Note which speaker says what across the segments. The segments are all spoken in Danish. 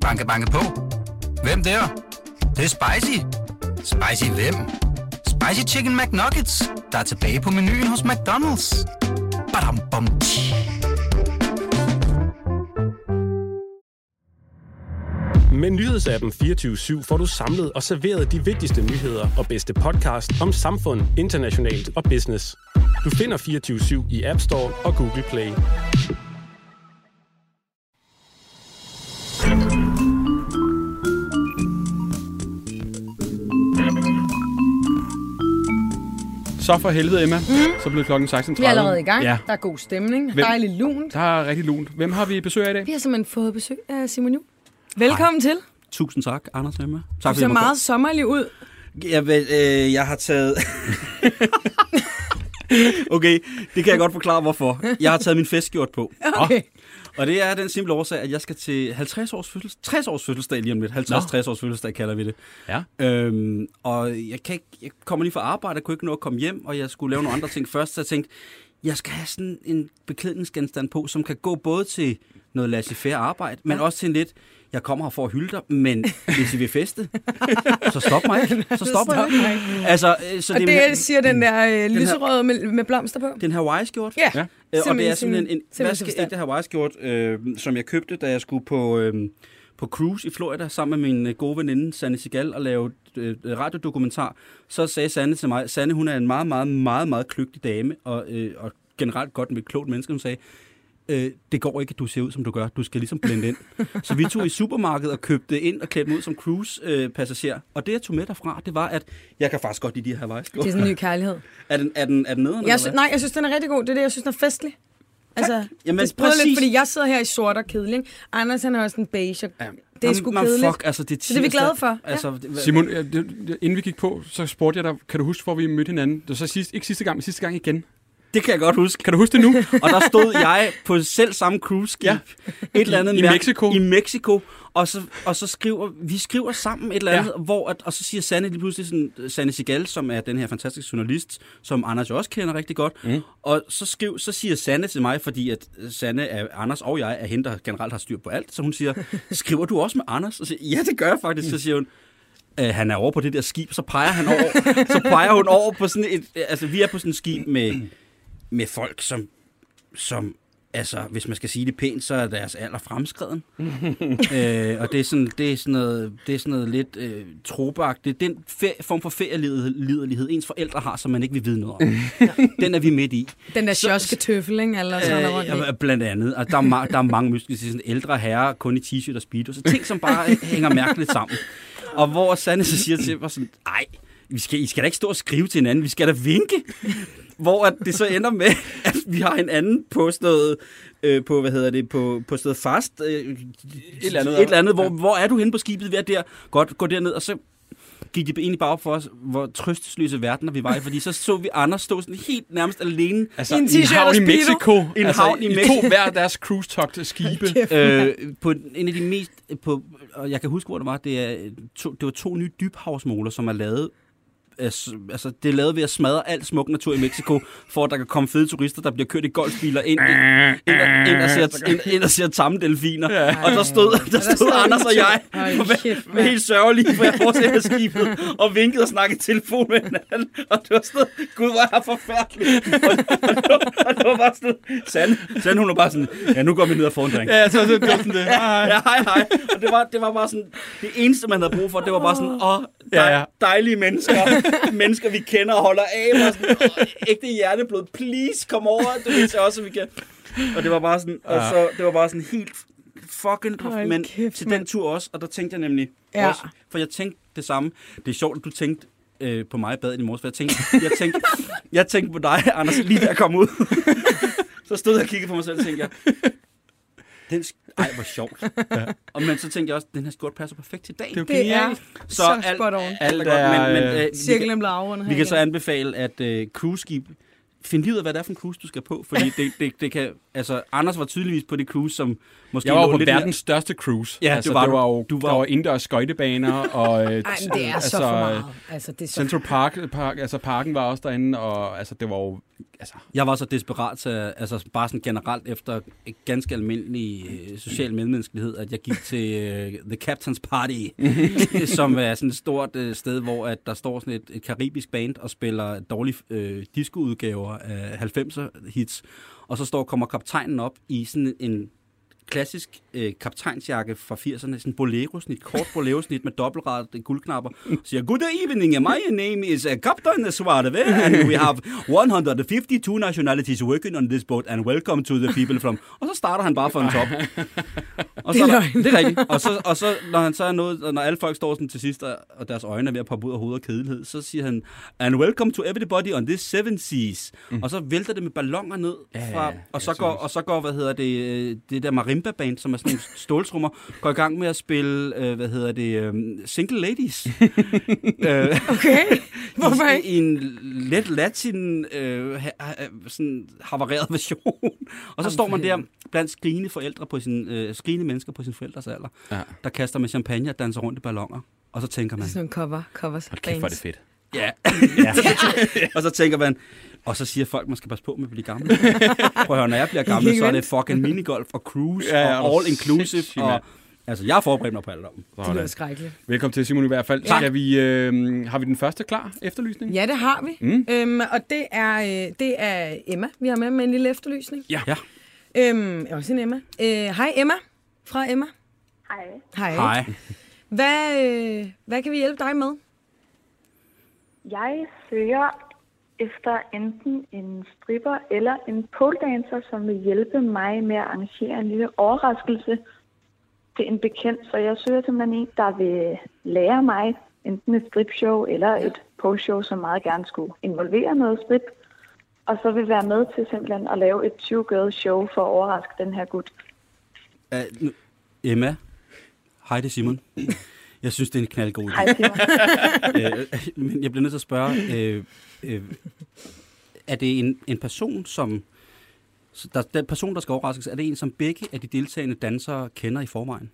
Speaker 1: Banke, banke på. Hvem der? Det, er? det er spicy. Spicy hvem? Spicy Chicken McNuggets, der er tilbage på menuen hos McDonald's. Badum, bom, tji.
Speaker 2: Med nyhedsappen 24-7 får du samlet og serveret de vigtigste nyheder og bedste podcast om samfund, internationalt og business. Du finder 24-7 i App Store og Google Play.
Speaker 3: Så for helvede, Emma. Mm. Så blev klokken 16.30.
Speaker 4: Mhm. Vi er allerede i gang.
Speaker 3: Ja.
Speaker 4: Ja. Der er god stemning.
Speaker 3: Hvem-
Speaker 4: Dejlig lunt.
Speaker 3: Der er rigtig lunt. Hvem har vi besøg af i dag?
Speaker 4: Vi har simpelthen fået besøg af Simon Juhl. Velkommen til.
Speaker 5: Tusind tak, Anders og Emma. Tak,
Speaker 4: Du ser meget sommerlig ud.
Speaker 5: Jeg, vil, øh, jeg har taget... okay, det kan jeg godt forklare, hvorfor. Jeg har taget min festskjort på. Ah.
Speaker 4: Okay.
Speaker 5: Og det er den simple årsag, at jeg skal til 50 års fødsels, 60 års fødselsdag lige om lidt. 50-60 års fødselsdag kalder vi det.
Speaker 3: Ja.
Speaker 5: Øhm, og jeg, kan ikke, jeg kommer lige fra arbejde, jeg kunne ikke nå at komme hjem, og jeg skulle lave nogle andre ting først, så jeg tænkte, jeg skal have sådan en beklædningsgenstand på, som kan gå både til noget laissez-faire arbejde, men også til en lidt, jeg kommer her for at hylde dig, men hvis I vil feste, så stop mig ikke. Så stopper jeg ikke. Altså, øh, så
Speaker 4: Og
Speaker 5: det,
Speaker 4: det
Speaker 5: er min-
Speaker 4: er, siger den der øh,
Speaker 5: her-
Speaker 4: lyserøde med, med blomster på.
Speaker 5: den her Hawaii-skjort.
Speaker 4: Ja,
Speaker 3: Ja.
Speaker 5: Øh, og det
Speaker 4: Simpelthen
Speaker 5: er simpelthen en
Speaker 4: sin- simpelthen sin
Speaker 5: vaskeægte Hawaii-skjort, øh, som jeg købte, da jeg skulle på, øh, på cruise i Florida sammen med min øh, gode veninde Sanne Sigal og lave øh, radiodokumentar. Så sagde Sanne til mig, Sanne hun er en meget, meget, meget, meget kløgtig dame, og, øh, og generelt godt med klogt menneske, hun sagde, øh, det går ikke, at du ser ud, som du gør. Du skal ligesom blende ind. så vi tog i supermarkedet og købte ind og klædte mig ud som cruise-passager. og det, jeg tog med derfra, det var, at jeg kan faktisk godt lide de her Hawaii-skjort.
Speaker 4: Det er sådan en ny kærlighed.
Speaker 5: Er den, er den, er den nederen, eller
Speaker 4: Jeg
Speaker 5: hvad?
Speaker 4: sy- nej, jeg synes, den er rigtig god. Det er det, jeg synes, den er festlig. Altså,
Speaker 5: Jamen,
Speaker 4: det sprøder lidt,
Speaker 5: præcis.
Speaker 4: fordi jeg sidder her i sort og kedelig. ikke? Anders, han har også en beige. Og det er
Speaker 5: Nå,
Speaker 4: sgu
Speaker 5: men
Speaker 4: kedeligt.
Speaker 5: Fuck, altså, det er
Speaker 4: Så det er vi
Speaker 5: tirsdag.
Speaker 4: glade for. Ja.
Speaker 5: Altså, det- hvad-
Speaker 3: Simon, øh, det- det- inden vi gik på, så spurgte jeg dig, kan du huske, hvor vi mødte hinanden? Det var så sidst, ikke sidste gang, men sidste gang igen.
Speaker 5: det kan jeg godt huske.
Speaker 3: Kan du huske det nu?
Speaker 5: Og der stod jeg på selv samme cruise-skib.
Speaker 3: Ja.
Speaker 5: Ja. Et eller andet
Speaker 3: I
Speaker 5: mærke-
Speaker 3: Mexico.
Speaker 5: I Mexico. Og så, og så skriver vi skriver sammen et eller
Speaker 3: Ja.
Speaker 5: andet, ja. hvor at, og så siger Sanne lige pludselig sådan, Sanne Sigal, som er den her fantastiske journalist, som Anders jo også kender rigtig godt. Mm. Og så, skriv, så siger Sanne til mig, fordi at Sanne er, Anders og jeg er hende, der generelt har styr på alt. Så hun siger, skriver du også med Anders? Og jeg siger, ja, det gør jeg faktisk. Så siger hun, øh, han er over på det der skib, så peger han over, så peger hun over på sådan et, altså vi er på sådan et skib med, med folk, som, som altså, hvis man skal sige det pænt, så er deres alder fremskreden. øh, og det er, sådan, det, er sådan noget, det er sådan noget lidt øh, trobagt. Det er den fe- form for ferieliderlighed, ens forældre har, som man ikke vil vide noget om. den er vi midt i.
Speaker 4: Den der
Speaker 5: Så-
Speaker 4: sjoske tøffel, ikke? Eller sådan noget rundt i.
Speaker 5: Øh, blandt andet. Og der er, ma- der er mange mystiske sådan ældre herrer, kun i t-shirt og speedo. Så ting, som bare øh, hænger mærkeligt sammen. Og hvor Sanne så siger til mig sådan, ej, vi skal, I skal da ikke stå og skrive til hinanden, vi skal da vinke. Hvor at det så ender med, at vi har en anden på sådan noget, øh, på, hvad hedder det, på, på sådan noget fast, øh, et
Speaker 3: eller andet.
Speaker 5: et eller andet hvor, hvor er du henne på skibet, hvad der, godt, gå derned, og så gik det egentlig bare op for os, hvor trøstesløse verdener vi var i, fordi så så vi Anders stå sådan helt nærmest alene
Speaker 3: Altså,
Speaker 4: I en
Speaker 3: i
Speaker 4: t-shirt
Speaker 3: havn
Speaker 4: og
Speaker 3: i
Speaker 4: speedo.
Speaker 3: Mexico.
Speaker 5: En
Speaker 3: altså,
Speaker 5: havn i
Speaker 3: I to
Speaker 5: Mexico.
Speaker 3: hver deres cruise-togt skibe.
Speaker 5: øh, på den- en af de mest på, og jeg kan huske hvor det var det er øh, to, det var to nye dybhavsmoler som er lavet altså altså, det er lavet ved at smadre al smuk natur i Mexico, for at der kan komme fede turister, der bliver kørt i golfbiler ind, ind, ind, og- ind, og, ser, ind, ind og ser tamme delfiner. Ja. Og der stod, der
Speaker 4: der
Speaker 5: stod,
Speaker 4: stod
Speaker 5: Anders og
Speaker 4: I to.
Speaker 5: jeg
Speaker 4: Hold
Speaker 5: med,
Speaker 4: kæft,
Speaker 5: med
Speaker 4: mand.
Speaker 5: helt sørgelige på vores skibet og vinkede og snakkede i telefon med hinanden. Og det var sådan noget, gud, hvor er jeg forfærdelig. Og, og, det var- og det var bare sådan noget, Sand, Sand, hun var bare sådan, ja, nu går vi ned og får en drink.
Speaker 3: ja, så, så det var sådan det. Hej, hej.
Speaker 5: Ja, hej, hej. Og det var, det var bare sådan, det eneste, man havde brug for, det var bare sådan, åh, dej,
Speaker 3: Ja, ja.
Speaker 5: dejlige mennesker, mennesker, vi kender og holder af, og sådan, åh, ægte hjerteblod, please, kom over, du ved så også, at vi kan. Og det var bare sådan, og så, det var bare sådan helt fucking,
Speaker 4: Hold
Speaker 5: men
Speaker 4: kæft,
Speaker 5: til den
Speaker 4: mand.
Speaker 5: tur også, og der tænkte jeg nemlig
Speaker 4: Ja.
Speaker 5: ja. også, for jeg tænkte det samme, det er sjovt, at du tænkte, øh, på mig i badet i morges, for jeg tænkte, jeg tænkte, jeg tænkte på dig, Anders, lige da jeg kom ud. så stod jeg og kiggede på mig selv, og tænkte jeg, den sk- Ej, hvor sjovt. Og men så tænkte jeg også, den her skjort passer perfekt til dagen.
Speaker 3: Det er jo
Speaker 4: Det er
Speaker 3: genialt.
Speaker 4: så
Speaker 5: alt-
Speaker 4: spot on.
Speaker 5: Alt
Speaker 3: er,
Speaker 5: er, men, men,
Speaker 3: øh,
Speaker 5: øh, vi, kan,
Speaker 4: Cirklen blev afrundet her.
Speaker 5: vi kan så
Speaker 4: igen.
Speaker 5: anbefale, at øh, cruiseskib, find lige ud af, hvad det er for en cruise, du skal på. Fordi det, det, det kan, altså, Anders var tydeligvis på det cruise, som måske
Speaker 3: Jeg var
Speaker 5: lå
Speaker 3: jo på
Speaker 5: lidt mere-
Speaker 3: verdens største cruise.
Speaker 5: Ja,
Speaker 3: altså,
Speaker 5: det var
Speaker 3: der
Speaker 5: du.
Speaker 3: var jo,
Speaker 5: Du var
Speaker 3: der
Speaker 5: jo-
Speaker 3: var indendørs skøjtebaner og... Øh,
Speaker 4: Ej, men det er så
Speaker 3: altså,
Speaker 4: for meget. Altså, det er så
Speaker 3: Central Park, park, altså parken var også derinde, og altså, det var jo altså,
Speaker 5: Jeg var så desperat, til, altså bare sådan generelt efter ganske almindelig øh, social medmenneskelighed, at jeg gik til øh, The Captain's Party, som er sådan et stort øh, sted, hvor at der står sådan et, et karibisk band og spiller dårlige øh, discoudgaver af 90'er hits. Og så står kommer kaptajnen op i sådan en klassisk øh, kaptajnsjakke fra 80'erne, sådan en bolero-snit, kort bolero-snit med dobbeltrat guldknapper, og siger, good evening, my name is uh, Captain Suareve, and we have 152 nationalities working on this boat, and welcome to the people from... Og så starter han bare for en top. Og så,
Speaker 4: Det er
Speaker 5: der-
Speaker 4: løgn.
Speaker 5: det er rigtigt. Og så, og så når han så er nået, og når alle folk står sådan til sidst, og og deres øjne er ved at poppe ud af hovedet og kedelighed, så siger han, and welcome to everybody on this seven seas. Mm. Og så vælter det med ballonger ned
Speaker 3: ja,
Speaker 5: fra,
Speaker 3: ja.
Speaker 5: og så, går, og så går, hvad hedder det, øh, det der marimba-band, som er sådan nogle ståltrummer, går i gang med at spille, øh, hvad hedder det, øh, Single Ladies. øh,
Speaker 4: Okay, hvorfor
Speaker 5: i,
Speaker 4: ikke?
Speaker 5: I en let latin, øh, ha, ha, sådan havareret version. og så står man der blandt skrigende forældre på sin, øh, skrigende mennesker på sin forældres alder,
Speaker 3: Ja.
Speaker 5: der kaster med champagne og danser rundt i ballonger. Og så tænker man,
Speaker 4: Sådan nogle cover, covers.
Speaker 3: hold kæft, hvor er det fedt.
Speaker 5: ja. og så tænker man, og så siger folk, man skal passe på med at blive gammel. Prøv at høre, når jeg bliver gammel, så er det fucking minigolf og cruise
Speaker 3: Ja,
Speaker 5: ja,
Speaker 3: ja,
Speaker 5: ja,
Speaker 3: er du
Speaker 5: og all
Speaker 3: sindssyg,
Speaker 5: inclusive. Og,
Speaker 3: mand.
Speaker 5: altså, jeg er forberedt mig på alderdommen.
Speaker 4: Det lyder
Speaker 3: Sådan.
Speaker 4: skrækkeligt.
Speaker 3: Velkommen til, Simon, i hvert fald. Skal vi, øh, har vi den første klar efterlysning?
Speaker 4: Ja, det har vi.
Speaker 3: Mm.
Speaker 4: Øhm, og det er, øh, det er Emma, vi har med med en lille efterlysning.
Speaker 3: Ja.
Speaker 5: Ja.
Speaker 4: Øhm, også en Emma. Øh, Hej Emma, fra Emma.
Speaker 6: Hej.
Speaker 4: Hej.
Speaker 5: Hej.
Speaker 4: Hvad, øh, hvad kan vi hjælpe dig med?
Speaker 6: Jeg søger efter enten en stripper eller en poledancer, som vil hjælpe mig med at arrangere en lille overraskelse til en bekendt. Så jeg søger simpelthen en, der vil lære mig enten et stripshow eller et poleshow, som meget gerne skulle involvere noget strip. Og så vil være med til simpelthen at lave et 20 girls show for at overraske den her gut.
Speaker 5: Uh, nu, Emma. Hej, det er Simon. Jeg synes, det er en knaldgod idé.
Speaker 6: Hej, Simon.
Speaker 5: Øh, men jeg bliver nødt til at spørge, øh, øh, er det en, en person, som... så Der, den person, der skal overraskes, er det en, som begge af de deltagende dansere kender i forvejen?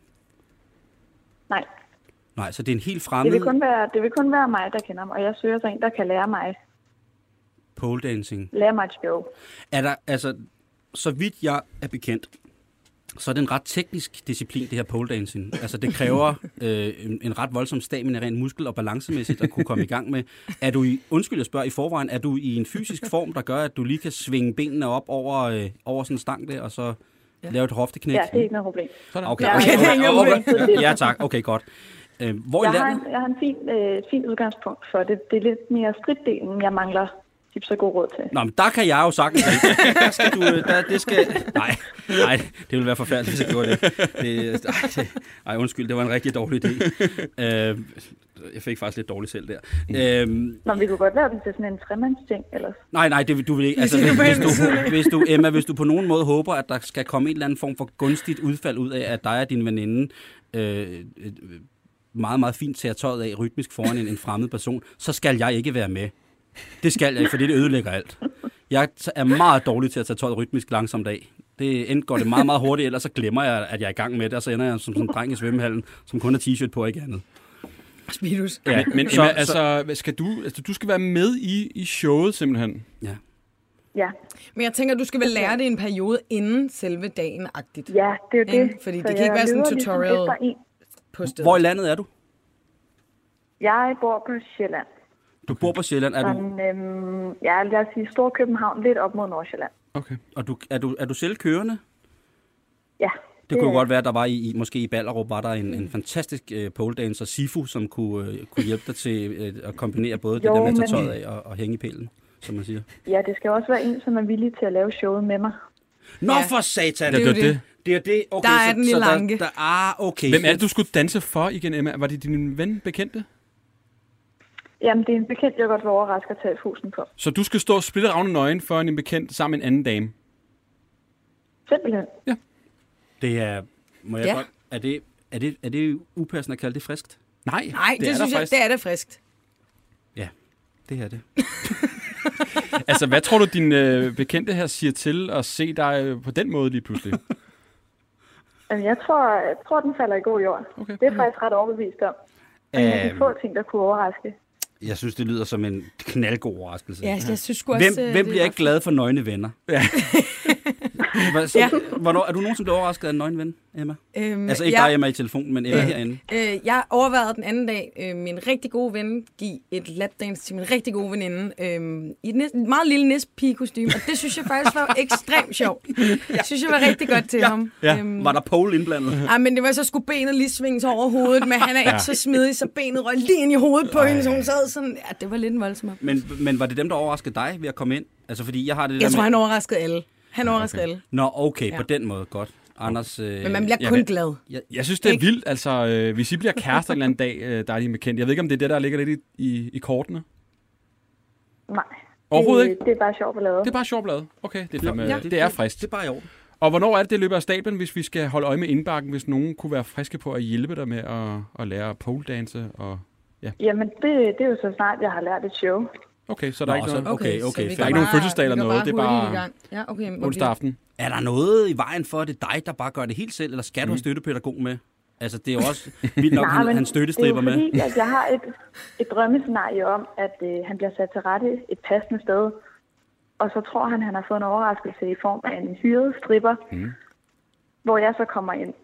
Speaker 6: Nej,
Speaker 5: Nej, så det er en helt
Speaker 6: det
Speaker 5: fremmed
Speaker 6: vil, kun være, det vil kun være mig, der kender ham, og jeg søger så en, der kan lære mig,
Speaker 5: pole dancing.
Speaker 6: lære mig et show.
Speaker 5: Er der, altså, så vidt jeg er bekendt, så er det en ret teknisk disciplin, det her pole dancing. Altså, det kræver øh, en, en ret voldsom stamina, rent muskel- og balancemæssigt at kunne komme i gang med. Er du i, undskyld, jeg spørger i forvejen, er du i en fysisk form, der gør, at du lige kan svinge benene op over, øh, over sådan en stang der, og så ja. lave et hofteknæk?
Speaker 6: Ja, det er ikke noget problem.
Speaker 5: Okay, okay,
Speaker 6: Ja,
Speaker 5: okay,
Speaker 6: det er ikke noget
Speaker 5: okay,
Speaker 6: problem.
Speaker 5: okay. Ja, tak. Okay, godt. Øh, hvor i
Speaker 6: Jeg har,
Speaker 5: landet?
Speaker 6: en, jeg har en fin, øh, fin udgangspunkt for det. Det er lidt mere stridtdelen, jeg mangler tips og god råd til.
Speaker 5: Nå, men der kan jeg jo sagtens ikke. Der skal du, øh, der, det skal... Nej, nej, det ville være forfærdeligt, hvis jeg gjorde det. det ej, det- ej, undskyld, det var en rigtig dårlig idé. Øh, jeg fik faktisk lidt dårligt selv der. Øh,
Speaker 6: Nå, men vi kunne godt lave det til sådan en tremandsting ellers.
Speaker 5: nej, nej, det, vil- du vil ikke... Altså, hvis, hvis, du, hvis du, Emma, hvis du på nogen måde håber, at der skal komme en eller anden form for gunstigt udfald ud af, at dig og din veninde øh, øh, meget, meget fint tager tøjet af rytmisk foran en, en fremmed person, så skal jeg ikke være med. Det skal jeg ikke, for det ødelægger alt. Jeg t- er meget dårlig til at tage tøjet rytmisk langsomt af. Det enten går det meget, meget hurtigt, eller så glemmer jeg, at jeg er i gang med det, og så ender jeg som sådan en dreng i svømmehallen, som kun har t-shirt på og ikke andet.
Speaker 4: Spidus.
Speaker 5: Ja.
Speaker 3: Men, men Emma, så, altså, hvad skal du, altså, du skal være med i, i showet, simpelthen.
Speaker 5: ja.
Speaker 6: Ja,
Speaker 4: Men jeg tænker, du skal vel lære det i en periode inden selve dagen-agtigt
Speaker 6: ja det er jo
Speaker 4: Ikke?
Speaker 6: det.
Speaker 4: Fordi
Speaker 6: Så
Speaker 4: det kan ikke
Speaker 6: jeg
Speaker 4: være sådan en
Speaker 6: leder ligesom
Speaker 4: tutorial.
Speaker 6: efter en.
Speaker 4: på stedet.
Speaker 5: Hvor i landet er du?
Speaker 6: Jeg bor på Sjælland.
Speaker 4: Mm.
Speaker 5: Du bor på Sjælland, er du,
Speaker 6: Sådan, øhm, ja, lad os sige Storkøbenhavn, lidt op mod Nordsjælland.
Speaker 3: Okay.
Speaker 5: og du, er, du, er du selv kørende?
Speaker 6: Ja,
Speaker 5: Det kunne
Speaker 6: er-
Speaker 5: godt være, der var i, i måske i Ballerup, var der en, en fantastisk øh, pole dancer, Sifu, som kunne, øh, kunne hjælpe dig til øh, at kombinere både
Speaker 6: Jo,
Speaker 5: det der med at tage
Speaker 6: men-
Speaker 5: tøjet af og, og hænge i pælen, som man siger.
Speaker 6: Ja, det skal også være en, som er villig til at lave showet med mig.
Speaker 5: Nå
Speaker 4: Ja.
Speaker 5: for satan!
Speaker 4: Det er jo det.
Speaker 5: Det er det. Okay,
Speaker 4: Der er
Speaker 5: så,
Speaker 4: den lille
Speaker 5: så
Speaker 4: anke.
Speaker 5: Der, der, ah, okay.
Speaker 3: Hvem er det, du skulle danse for igen, Emma? Var det din ven bekendte?
Speaker 6: Jamen, det er en bekendt, jeg godt vil overraske at tage fusen på.
Speaker 3: Så du skal stå og splitte ravne nøgen for en bekendt sammen med en anden dame.
Speaker 6: Simpelthen.
Speaker 5: Det er... Må jeg
Speaker 4: Ja.
Speaker 5: ja. godt, er, det, er, det, er det upassende at kalde det friskt?
Speaker 3: Nej,
Speaker 4: Nej, det, det synes jeg, det er da friskt.
Speaker 5: Ja, det er det.
Speaker 3: Altså, hvad tror du, din øh, bekendte her siger til at se dig øh, på den måde lige pludselig?
Speaker 6: Jamen, Altså, jeg tror, jeg tror, den falder i god jord.
Speaker 3: Okay.
Speaker 6: Det er jeg faktisk ret overbevist om. Det er de få ting, der kunne overraske.
Speaker 5: Jeg synes, det lyder som en knaldgod overraskelse.
Speaker 4: Ja, jeg synes sgu også...
Speaker 5: Hvem,
Speaker 4: øh,
Speaker 5: hvem
Speaker 4: det
Speaker 5: bliver
Speaker 4: er
Speaker 5: ikke glad for nøgne venner?
Speaker 3: Ja.
Speaker 5: Hvor- så-
Speaker 4: Ja.
Speaker 5: Hvornår, er du nogen, som bliver overrasket af en nøgen ven, Emma?
Speaker 4: Øhm,
Speaker 5: Altså ikke
Speaker 4: jeg,
Speaker 5: dig, Emma, i telefonen, men Emma herinde.
Speaker 4: Øh, jeg overvejede den anden dag, øh, min rigtig gode ven give et lapdance til min rigtig gode veninde øh, i et næs, et meget lille næstpigekostyme, og det synes jeg faktisk var ekstremt sjovt. Jeg synes, jeg var rigtig godt til ja. ham. Øhm,
Speaker 5: Var der pole indblandet?
Speaker 4: Ej, men det var så skulle benet lige svinges over hovedet, men han er ikke så smidig, så benet røg lige ind i hovedet på hende, så hun sad sådan, ja, det var lidt voldsomt.
Speaker 5: Men, men var det dem, der overraskede dig ved at komme ind? Altså fordi jeg har det der
Speaker 4: Jeg tror,
Speaker 5: med...
Speaker 4: han overraskede alle. Han overraskede alle.
Speaker 5: Nå, okay, ja. på
Speaker 4: Ja.
Speaker 5: den måde, godt. Anders... Øh,
Speaker 4: Men man bliver
Speaker 3: jeg
Speaker 4: kun
Speaker 3: vil-
Speaker 4: glad.
Speaker 5: jeg,
Speaker 3: Jeg synes, det er
Speaker 4: Ikke?
Speaker 3: vildt. Altså, øh, hvis I bliver kærester en eller anden dag, øh, der er de med kendt. Jeg ved ikke, om det er det, der ligger lidt i, i, i kortene.
Speaker 6: Nej.
Speaker 3: Overhovedet
Speaker 6: det,
Speaker 3: ikke?
Speaker 6: Det er bare sjovt at lave.
Speaker 3: Det er bare sjovt blad. Okay, det er, fandme,
Speaker 5: Ja.
Speaker 3: ja. det er frist.
Speaker 5: det er bare i orden.
Speaker 3: Og hvornår er det, det løber af stablen, hvis vi skal holde øje med indbakken, hvis nogen kunne være friske på at hjælpe dig med at, at lære pole dance? Og...
Speaker 6: Jamen, det, det er jo så snart, jeg har lært et show.
Speaker 3: Okay, så er der er
Speaker 5: Nå,
Speaker 3: ikke
Speaker 5: så-
Speaker 3: noget
Speaker 5: Okay, okay,
Speaker 4: så vi går
Speaker 5: fair. Der er
Speaker 3: ikke nogen
Speaker 4: bare-
Speaker 3: fødselsdag eller
Speaker 4: vi går
Speaker 3: noget, det er bare
Speaker 4: hurtigt i gang. Ja, okay. okay.
Speaker 3: onsdag aften.
Speaker 5: Er der noget i vejen for, at det er dig, der bare gør det helt selv, eller skal du have støttepædagog med? Altså, det er jo også vildt nok,
Speaker 6: Nej,
Speaker 5: han,
Speaker 6: men
Speaker 5: han støttestriber
Speaker 6: det er jo
Speaker 5: med.
Speaker 6: Fordi, at jeg har et, et drømmescenarie om, at øh, han bliver sat til rette et passende sted, og så tror han, han har fået en overraskelse i form af en hyret stripper, mm. hvor jeg så kommer ind.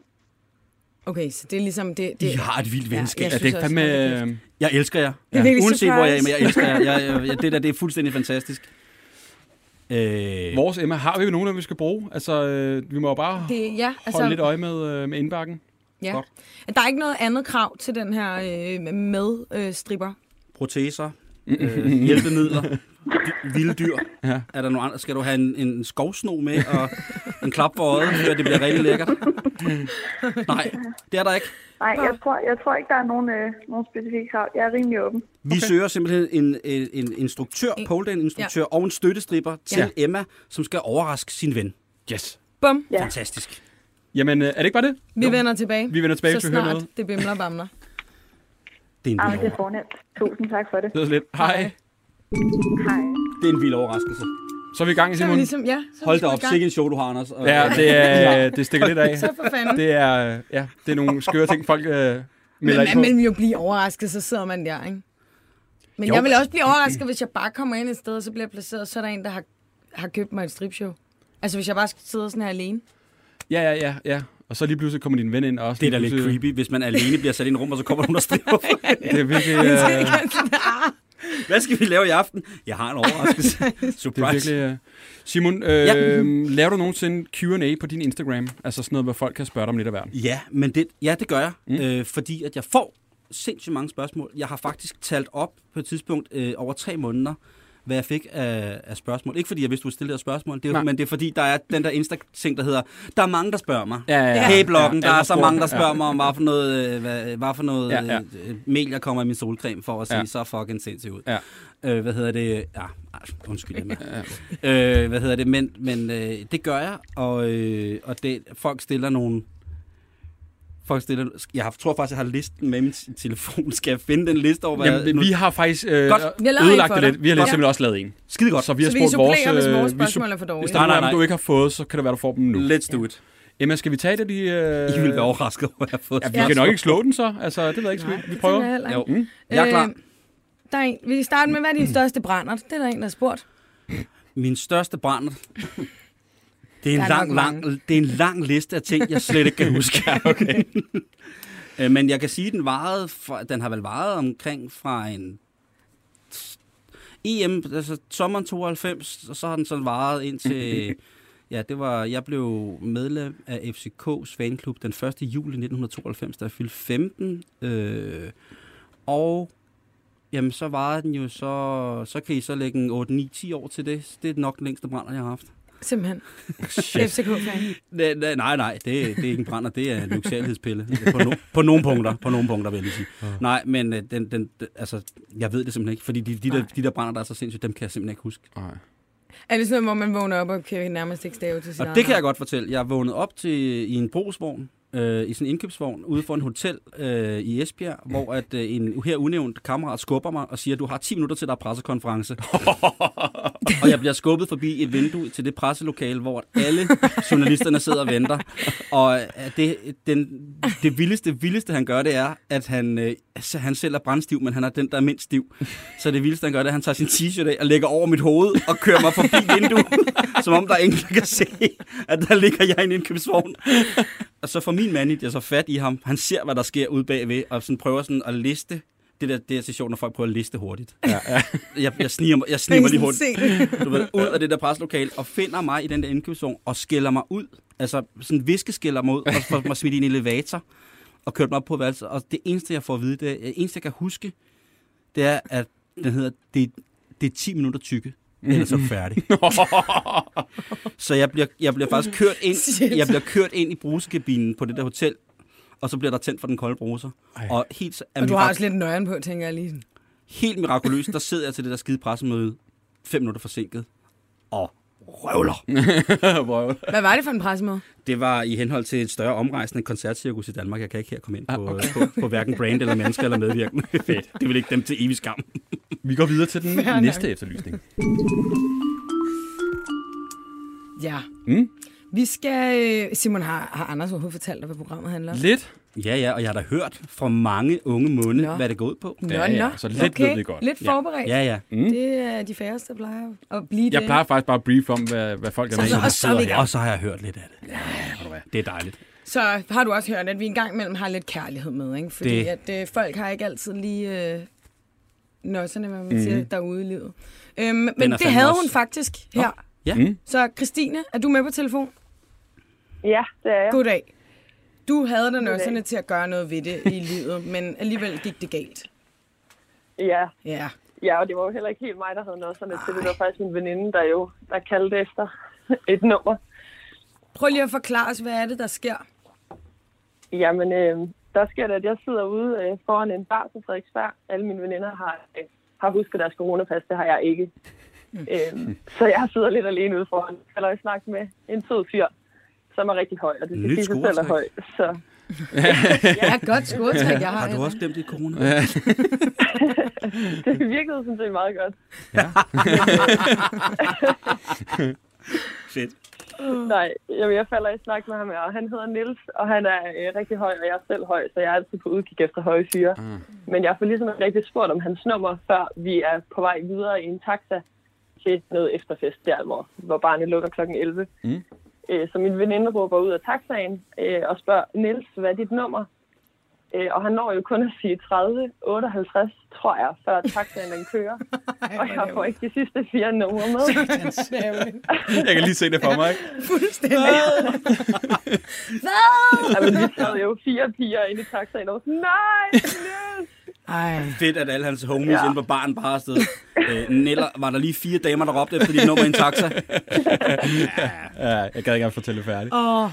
Speaker 4: Okay, så det er ligesom... Det, det,
Speaker 5: I har et vildt venskab.
Speaker 3: Ja, det
Speaker 4: Jeg synes
Speaker 3: er
Speaker 4: også,
Speaker 3: fandme...
Speaker 4: det er
Speaker 3: øh,
Speaker 5: Jeg elsker jer.
Speaker 4: Det er virkelig
Speaker 5: Uanset hvor jeg er, men jeg
Speaker 4: surprise.
Speaker 5: elsker jer. Jeg, jeg, jeg, det der, det er fuldstændig fantastisk. Øh,
Speaker 3: Vores Emma, har vi jo nogen, der vi skal bruge? Altså, øh, vi må jo bare det,
Speaker 4: Det, ja,
Speaker 3: altså, holde lidt øje med, øh, med indbakken.
Speaker 4: ja.
Speaker 3: Godt.
Speaker 4: Der er ikke noget andet krav til den her øh, med øh, stripper.
Speaker 5: proteser, øh, hjælpemidler, vi- vilde dyr. Ja. Er der nogen andre? Skal du have en, en skovsno med og en klap for øjet, så det bliver rigtig lækkert? Nej, det er der ikke.
Speaker 6: Nej, jeg tror, jeg tror ikke, der er nogen, øh, nogen specifikke krav. Jeg er rimelig åben.
Speaker 5: Vi okay. søger simpelthen en, en, en instruktør,
Speaker 4: En-
Speaker 5: poledance-instruktør ja. og en støttestripper til ja.
Speaker 3: Ja.
Speaker 5: Emma, som skal overraske sin ven.
Speaker 3: Yes.
Speaker 4: Bum,
Speaker 6: Ja.
Speaker 5: Fantastisk.
Speaker 3: Jamen, øh, er det ikke bare det?
Speaker 4: vi vender tilbage.
Speaker 3: Vi vender tilbage,
Speaker 4: så
Speaker 3: hvis vi hører
Speaker 4: snart
Speaker 3: noget.
Speaker 4: det bimler og bamler.
Speaker 5: Det er en
Speaker 6: Jamen,
Speaker 5: vild,
Speaker 6: det er
Speaker 5: over...
Speaker 6: fornemt. Tusind tak for det.
Speaker 3: Det er lidt. Hej.
Speaker 6: Hej.
Speaker 5: det er en vild overraskelse.
Speaker 3: Så er vi i gang,
Speaker 4: Så er vi
Speaker 3: Simon.
Speaker 4: ligesom, ja, så er vi
Speaker 5: Hold da
Speaker 4: sgu i
Speaker 5: op,
Speaker 4: gang.
Speaker 5: sikke en show, du har, Anders. Og-
Speaker 3: Ja, det, er, det stikker lidt af.
Speaker 4: Så for fanden.
Speaker 3: Det er, øh, ja, det er nogle skøre ting, folk øh, melder ind
Speaker 4: Men
Speaker 3: på.
Speaker 4: man vil jo blive overrasket, så sidder man der, ikke?
Speaker 3: Jo.
Speaker 4: Men jo. jeg vil også blive overrasket, hvis jeg bare kommer ind et sted, og så bliver jeg placeret, så er der en, der har, har købt mig et stripshow. Altså, hvis jeg bare sidder sådan her alene.
Speaker 3: Ja, ja, ja, ja. Og så lige pludselig kommer din ven ind og også.
Speaker 5: Det er da
Speaker 3: lige
Speaker 5: lidt
Speaker 3: pludselig-
Speaker 5: creepy, hvis man alene bliver sat i en rum, og så kommer nogen og stripper.
Speaker 3: Det er virkelig, øh, det
Speaker 4: Altså,
Speaker 5: Hvad skal vi lave i aften? Jeg har en overraskelse.
Speaker 3: er
Speaker 5: Surprise.
Speaker 3: virkelig øh. Simon, øh,
Speaker 5: Ja.
Speaker 3: laver du nogensinde Q&A på din Instagram? Altså sådan noget, hvor folk kan spørge dig om lidt af hvert.
Speaker 5: Ja, men det, ja, det gør jeg, mm. øh, fordi at jeg får sindssygt mange spørgsmål. Jeg har faktisk talt op på et tidspunkt øh, over tre måneder, hvad jeg fik af, af spørgsmål. Ikke fordi jeg vidste, du ville stille det her spørgsmål, det, er-
Speaker 3: Nej.
Speaker 5: men det er fordi, der er den der Insta-ting, der hedder, der er mange, der spørger mig.
Speaker 3: Ja, ja, ja.
Speaker 5: hey bloggen,
Speaker 3: Ja,
Speaker 5: der er
Speaker 3: alle
Speaker 5: så
Speaker 3: spørger.
Speaker 5: mange, der
Speaker 3: Ja.
Speaker 5: spørger mig om, hvad for noget, øh, hvad, hvad for noget
Speaker 3: Ja, ja.
Speaker 5: øh, mel, jeg kommer i min solcreme for at se
Speaker 3: Ja.
Speaker 5: så fucking sindssygt ud.
Speaker 3: Ja.
Speaker 5: Øh, hvad hedder det? Ja, ej, undskyld, Emma. øh, hvad hedder det? Men, men øh, det gør jeg, og, øh, og det, folk stiller nogle... Folk stiller, jeg har, tror faktisk, jeg har listen med i min t- telefon. Skal jeg finde den liste over, hvad
Speaker 3: Jamen,
Speaker 5: nu-
Speaker 3: vi har faktisk øh,
Speaker 5: Godt.
Speaker 4: Vi har lavet en
Speaker 3: ødelagt
Speaker 4: for
Speaker 3: det
Speaker 4: dig.
Speaker 3: lidt. Vi har lidt
Speaker 4: Ja.
Speaker 3: simpelthen også lavet en.
Speaker 5: Skide godt.
Speaker 3: Så vi har
Speaker 4: Så vi
Speaker 3: spurgt vores...
Speaker 4: supplerer, hvis
Speaker 3: øh,
Speaker 4: vores
Speaker 3: vi
Speaker 4: spørgsmål
Speaker 3: sup-
Speaker 4: er for dårlige.
Speaker 3: Hvis der er
Speaker 5: Nej, nej,
Speaker 3: nogen,
Speaker 5: nej.
Speaker 3: du ikke har fået, så kan det være, du får dem nu.
Speaker 5: Let's do it.
Speaker 3: Emma, skal vi tage det, de... Øh...
Speaker 5: I vil være overrasket over, at jeg har fået
Speaker 3: Ja, vi
Speaker 5: ja,
Speaker 3: kan nok ikke Mm. slå den så. Altså, det ved jeg ikke, så
Speaker 4: Nej,
Speaker 3: vi, vi
Speaker 4: det
Speaker 3: prøver.
Speaker 4: tænker jeg heller ikke.
Speaker 5: Jo. Jeg er klar.
Speaker 4: Øh, Der er en, vi kan starte med, hvad er din største brænder? Det er der en, der har spurgt.
Speaker 5: Min største brænder. Det er,
Speaker 4: Der
Speaker 5: en
Speaker 4: er
Speaker 5: lang,
Speaker 4: nok
Speaker 5: lang, det er en lang liste af ting, jeg slet ikke kan huske. okay. Men jeg kan sige, at den, varede fra, den har vel varet omkring fra en EM, altså sommeren 92, og så har den sådan varet indtil... Ja, det var, jeg blev medlem af FCK's fanklub den 1. juli 1992, da jeg fyldte 15. Øh, og Jamen, så varede den jo så... Så kan I så lægge en 8-9-10 år til det. Det er nok den længste brænder, jeg har haft.
Speaker 4: Simpelthen. FCK-fan.
Speaker 5: Nej, nej, nej, nej det, er- det er ikke en brænder. Det er en luksalighedspille. På, no, på nogle punkter. På nogle punkter, vil jeg lige sige. Nej, men øh, den, den, den, altså, jeg ved det simpelthen ikke. Fordi de, de, der, de der brænder, der er så sindssygt, dem kan jeg simpelthen ikke huske.
Speaker 3: Nej.
Speaker 4: Er det sådan noget, hvor man vågner op og kan nærmest ikke stave til sit
Speaker 5: Og det kan jeg godt fortælle. Jeg er vågnet op til, i en brugsvogn øh, i sådan en indkøbsvogn ude for en hotel øh, i Esbjerg, hvor at, øh, en her unævnt kammerat skubber mig og siger, du har 10 minutter til der er pressekonference. og jeg bliver skubbet forbi et vindue til det presselokale, hvor alle journalisterne sidder og venter. Og øh, det, den, det vildeste, vildeste han gør, det er, at han, øh, altså, han selv er brandstiv, men han er den, der er mindst stiv. Så det vildeste, han gør, det er, at han tager sin t-shirt af og lægger over mit hoved og kører mig forbi vinduet, som om der er ingen, der kan se, at der ligger jeg i en indkøbsvogn. Og så får min mand, jeg så fat i ham, han ser, hvad der sker ude bagved, og sådan prøver sådan at liste det der, det er så sjovt, når folk prøver at liste hurtigt. Ja, ja. Jeg, jeg, sniger, mig- jeg sniger mig lige hurtigt du ved, ud af det der preslokale, og finder mig i den der indkøbsvogn, og skælder mig ud. Altså, sådan viskeskælder mig ud, og får mig smidt i en elevator, og kørt mig op på værelset. Og det eneste, jeg får at vide, det, er, det eneste, jeg kan huske, det er, at den hedder, det, det er 10 minutter tykke. Ellers er du færdig. så jeg bliver, jeg bliver faktisk kørt ind,
Speaker 4: Shit.
Speaker 5: jeg bliver kørt ind i brusekabinen på det der hotel, og så bliver der tændt for den kolde bruser. Og helt, så-
Speaker 4: Og du har altså også lidt nøjeren på, tænker jeg lige.
Speaker 5: helt mirakuløst, der sidder jeg til det der skide pressemøde, fem minutter forsinket, og røvler.
Speaker 3: Vrøvl.
Speaker 4: Hvad var det for en pressemøde?
Speaker 5: Det var i henhold til et større omrejsende koncertcirkus i Danmark. Jeg kan ikke her komme ind på, ah, okay. på, på hverken brand eller mennesker eller medvirkende. Fedt. Det vil ikke dem til evig skam.
Speaker 3: Vi går videre til den
Speaker 4: Fair nok.
Speaker 3: næste efterlysning.
Speaker 4: Ja.
Speaker 3: Mm.
Speaker 4: Vi skal... øh, Simon, har, har Anders overhovedet fortalt dig, hvad programmet handler om?
Speaker 3: Lidt.
Speaker 5: Ja, ja, og jeg har da hørt fra mange unge munde,
Speaker 4: Nå.
Speaker 5: hvad det går ud på.
Speaker 4: Nå,
Speaker 3: Ja, ja,
Speaker 4: nå.
Speaker 3: så lidt ved vi godt.
Speaker 4: Lidt forberedt.
Speaker 5: Ja, ja.
Speaker 4: Mm. Det er de færreste, der plejer at blive
Speaker 3: Jeg
Speaker 4: det.
Speaker 3: plejer faktisk bare at brief om, hvad, hvad folk er med
Speaker 4: Så-
Speaker 3: i.
Speaker 4: og så er vi i gang.
Speaker 5: Og så har jeg hørt lidt af det. Ja, det er dejligt.
Speaker 4: Så har du også hørt, at vi engang imellem har lidt kærlighed med, ikke? Fordi
Speaker 5: Det-
Speaker 4: at øh, folk har ikke altid lige øh, nøsserne, hvad man mm. siger, derude i livet. Øhm, men
Speaker 5: er
Speaker 4: det
Speaker 5: fandme
Speaker 4: havde
Speaker 5: også-
Speaker 4: hun faktisk her.
Speaker 5: Ja.
Speaker 3: Mm.
Speaker 4: Så Christine, er du med på telefon?
Speaker 7: Ja, det er jeg.
Speaker 4: Goddag. Du havde da nøsserne til at gøre noget ved det i livet, men alligevel gik det galt.
Speaker 7: Ja,
Speaker 4: Ja.
Speaker 7: ja, og det var jo heller ikke helt mig, der havde nødserne til det. Det var faktisk min veninde, der jo der kaldte efter et nummer.
Speaker 4: Prøv lige at forklare os, hvad er det, der sker?
Speaker 7: Jamen, øh, der sker det, at jeg sidder ude øh, foran en bar på Frederiksberg. Alle mine veninder har, øh, har husket deres coronapas, det har jeg ikke. Øh, så jeg sidder lidt alene ude foran. Eller jeg snakke med en sød fyr, som er rigtig høj, og det skal
Speaker 5: Nyt
Speaker 7: sige sig selv er
Speaker 5: scoretræk.
Speaker 7: høj. Så
Speaker 4: Det er et godt skåltræk, jeg har.
Speaker 5: Har
Speaker 4: her.
Speaker 5: du også glemt dit corona? Ja.
Speaker 7: det virkede sådan set meget godt.
Speaker 5: Fedt.
Speaker 7: Nej, jamen, jeg falder i snak med ham her, og han hedder Nils, og han er øh, rigtig høj, og jeg er selv høj, så jeg er altid på udkig efter høje fyre. Mm. Men jeg får ligesom ikke rigtig spurgt om hans nummer, før vi er på vej videre i en taxa til noget efterfest der, hvor, hvor barnet lukker kl. 11. Mm. Øh, så min veninde råber ud af taxaen øh, og spørger, Nils, hvad er dit nummer? Øh, og han når jo kun at sige 30, 58, tror jeg, før taxaen den kører. og jeg får ikke de sidste fire numre med.
Speaker 3: Jeg kan lige se det for mig, ikke?
Speaker 4: Fuldstændig. Hvad?
Speaker 7: Jamen, Altså, vi sad jo fire piger inde i taxaen og var sådan, nej, Niels!
Speaker 4: Ej.
Speaker 5: Fedt, at alle hans homies ja.
Speaker 7: Ja.
Speaker 5: inde på baren bare er afsted. Øh, Neller, var der lige fire damer, der råbte efter dit nummer i en taxa?
Speaker 3: Ja, jeg gad ikke engang fortælle færdigt.
Speaker 4: Åh,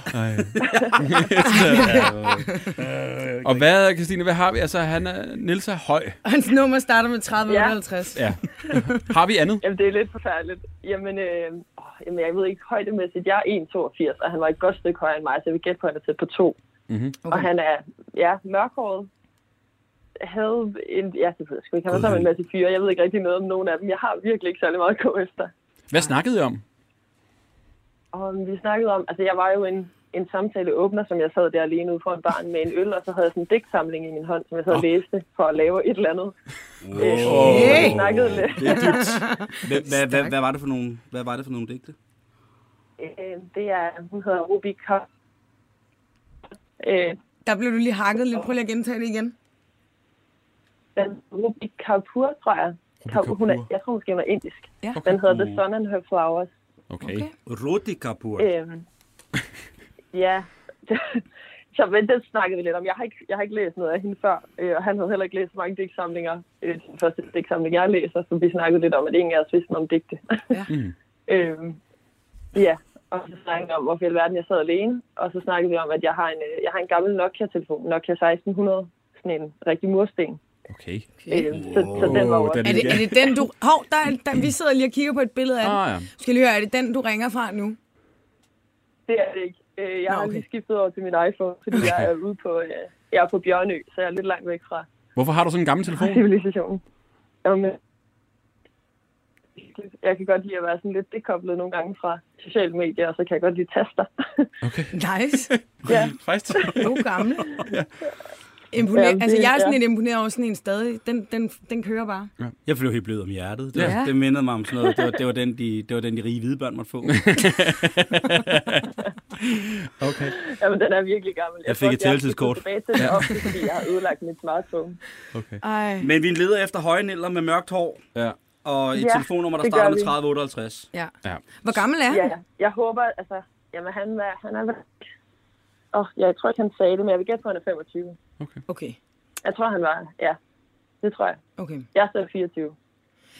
Speaker 3: Og hvad, Christine, hvad har vi? Altså, han er, Niels er høj.
Speaker 4: hans nummer starter med 3058.
Speaker 3: Ja. Har vi andet?
Speaker 7: Jamen, det er lidt forfærdeligt. Jamen, øh, åh, jamen, jeg ved ikke højdemæssigt. Jeg er 1,82, og han var et godt stykke højere end mig, så jeg vil gætte på, at han er tæt på 2. Mm-hmm. Og han er, ja, mørkhåret. Havde en, ja, det ved jeg sgu ikke. Han var sammen med en masse fyre. Jeg ved ikke rigtig noget om nogen af dem. Jeg har virkelig ikke særlig meget at gå efter.
Speaker 3: Hvad snakkede I om?
Speaker 7: Og vi snakkede om, altså jeg var jo en, en samtale åbner, som jeg sad der alene ude foran barn med en øl, og så havde jeg sådan en digtsamling i min hånd, som jeg sad og læste for at lave et eller andet. Wow.
Speaker 4: Hey.
Speaker 7: Jeg snakkede lidt.
Speaker 5: Det er dybt. Hvad, hvad, hvad, hvad, var det for nogle, hvad var det for nogle digte?
Speaker 7: Øh, det er, hun hedder Ruby Kopp. Øh,
Speaker 4: Der blev du lige hakket lidt. Prøv lige at gentage det igen.
Speaker 7: den Ruby Kapoor, tror jeg. Kapoor. Hun er,
Speaker 3: Kapoor.
Speaker 7: jeg tror måske, hun er indisk.
Speaker 4: Ja.
Speaker 7: Den hedder The Sun and Her Flowers.
Speaker 3: Okay.
Speaker 4: Okay.
Speaker 5: Rodi Kapoor.
Speaker 7: Øhm, ja, så men den snakkede vi lidt om. Jeg har ikke, jeg har ikke læst noget af hende før, øh, og han havde heller ikke læst så mange digtsamlinger. Øh, den første digtsamling, jeg læser, så vi snakkede lidt om, at ingen af os vidste noget om digte.
Speaker 4: Ja.
Speaker 7: øhm, ja, og så snakkede vi om, hvorfor i alverden jeg sad alene, og så snakkede vi om, at jeg har en, øh, jeg har en gammel Nokia-telefon, Nokia 1600, sådan en rigtig mursten.
Speaker 3: Okay.
Speaker 7: Øh, så, så den var jo
Speaker 3: Wow,
Speaker 7: også-
Speaker 4: Er det, er det den, du... Hov, der, er- der, vi sidder lige og kigger på et billede af den.
Speaker 3: Ah, ja.
Speaker 4: Skal lige høre, er det den, du ringer fra nu?
Speaker 7: Det er det ikke.
Speaker 4: Nå,
Speaker 7: Øh, jeg Nå, okay. har
Speaker 4: okay.
Speaker 7: lige skiftet over til min iPhone, fordi jeg er ude på, øh, jeg er på Bjørnø, så jeg er lidt langt væk fra
Speaker 3: Hvorfor har du sådan en gammel telefon?
Speaker 7: civilisationen. Jamen, jeg kan godt lide at være sådan lidt dekoblet nogle gange fra sociale medier, og så kan jeg godt lide taster.
Speaker 3: Okay.
Speaker 4: Nice.
Speaker 7: ja,
Speaker 3: Faktisk.
Speaker 4: God gamle. Imponer-
Speaker 7: Jamen, det-
Speaker 4: altså, jeg er sådan
Speaker 7: ja.
Speaker 4: lidt imponeret over sådan en stadig. Den, den, den kører bare.
Speaker 5: Jeg blev helt blød om hjertet. Det,
Speaker 4: Ja.
Speaker 5: ja. det mindede mig om sådan noget. Det var, det var, den, de, det var den, de rige hvide børn måtte få.
Speaker 3: Okay.
Speaker 7: jamen, den er virkelig gammel.
Speaker 5: Jeg fik
Speaker 7: tror,
Speaker 5: et tilbudskort.
Speaker 7: Jeg er tilbage til det ofte, fordi jeg har ødelagt mit smartphone.
Speaker 3: okay.
Speaker 4: Ej.
Speaker 5: Men vi leder efter højnælder med mørkt hår
Speaker 3: Ja.
Speaker 5: og et
Speaker 7: Ja,
Speaker 5: ja, telefonnummer, der
Speaker 7: det gør
Speaker 5: starter med
Speaker 7: vi.
Speaker 5: 3058.
Speaker 4: Ja.
Speaker 3: Ja.
Speaker 4: Hvor gammel er
Speaker 7: Ja,
Speaker 4: han?
Speaker 7: ja. jeg håber, altså, jamen, han, er, han er vel... Åh, jeg tror ikke, han sagde det, men jeg vil gætte på, at han er 25.
Speaker 4: Okay.
Speaker 7: Jeg tror, han var, ja. Det tror jeg.
Speaker 4: Okay.
Speaker 7: Jeg er selv 24.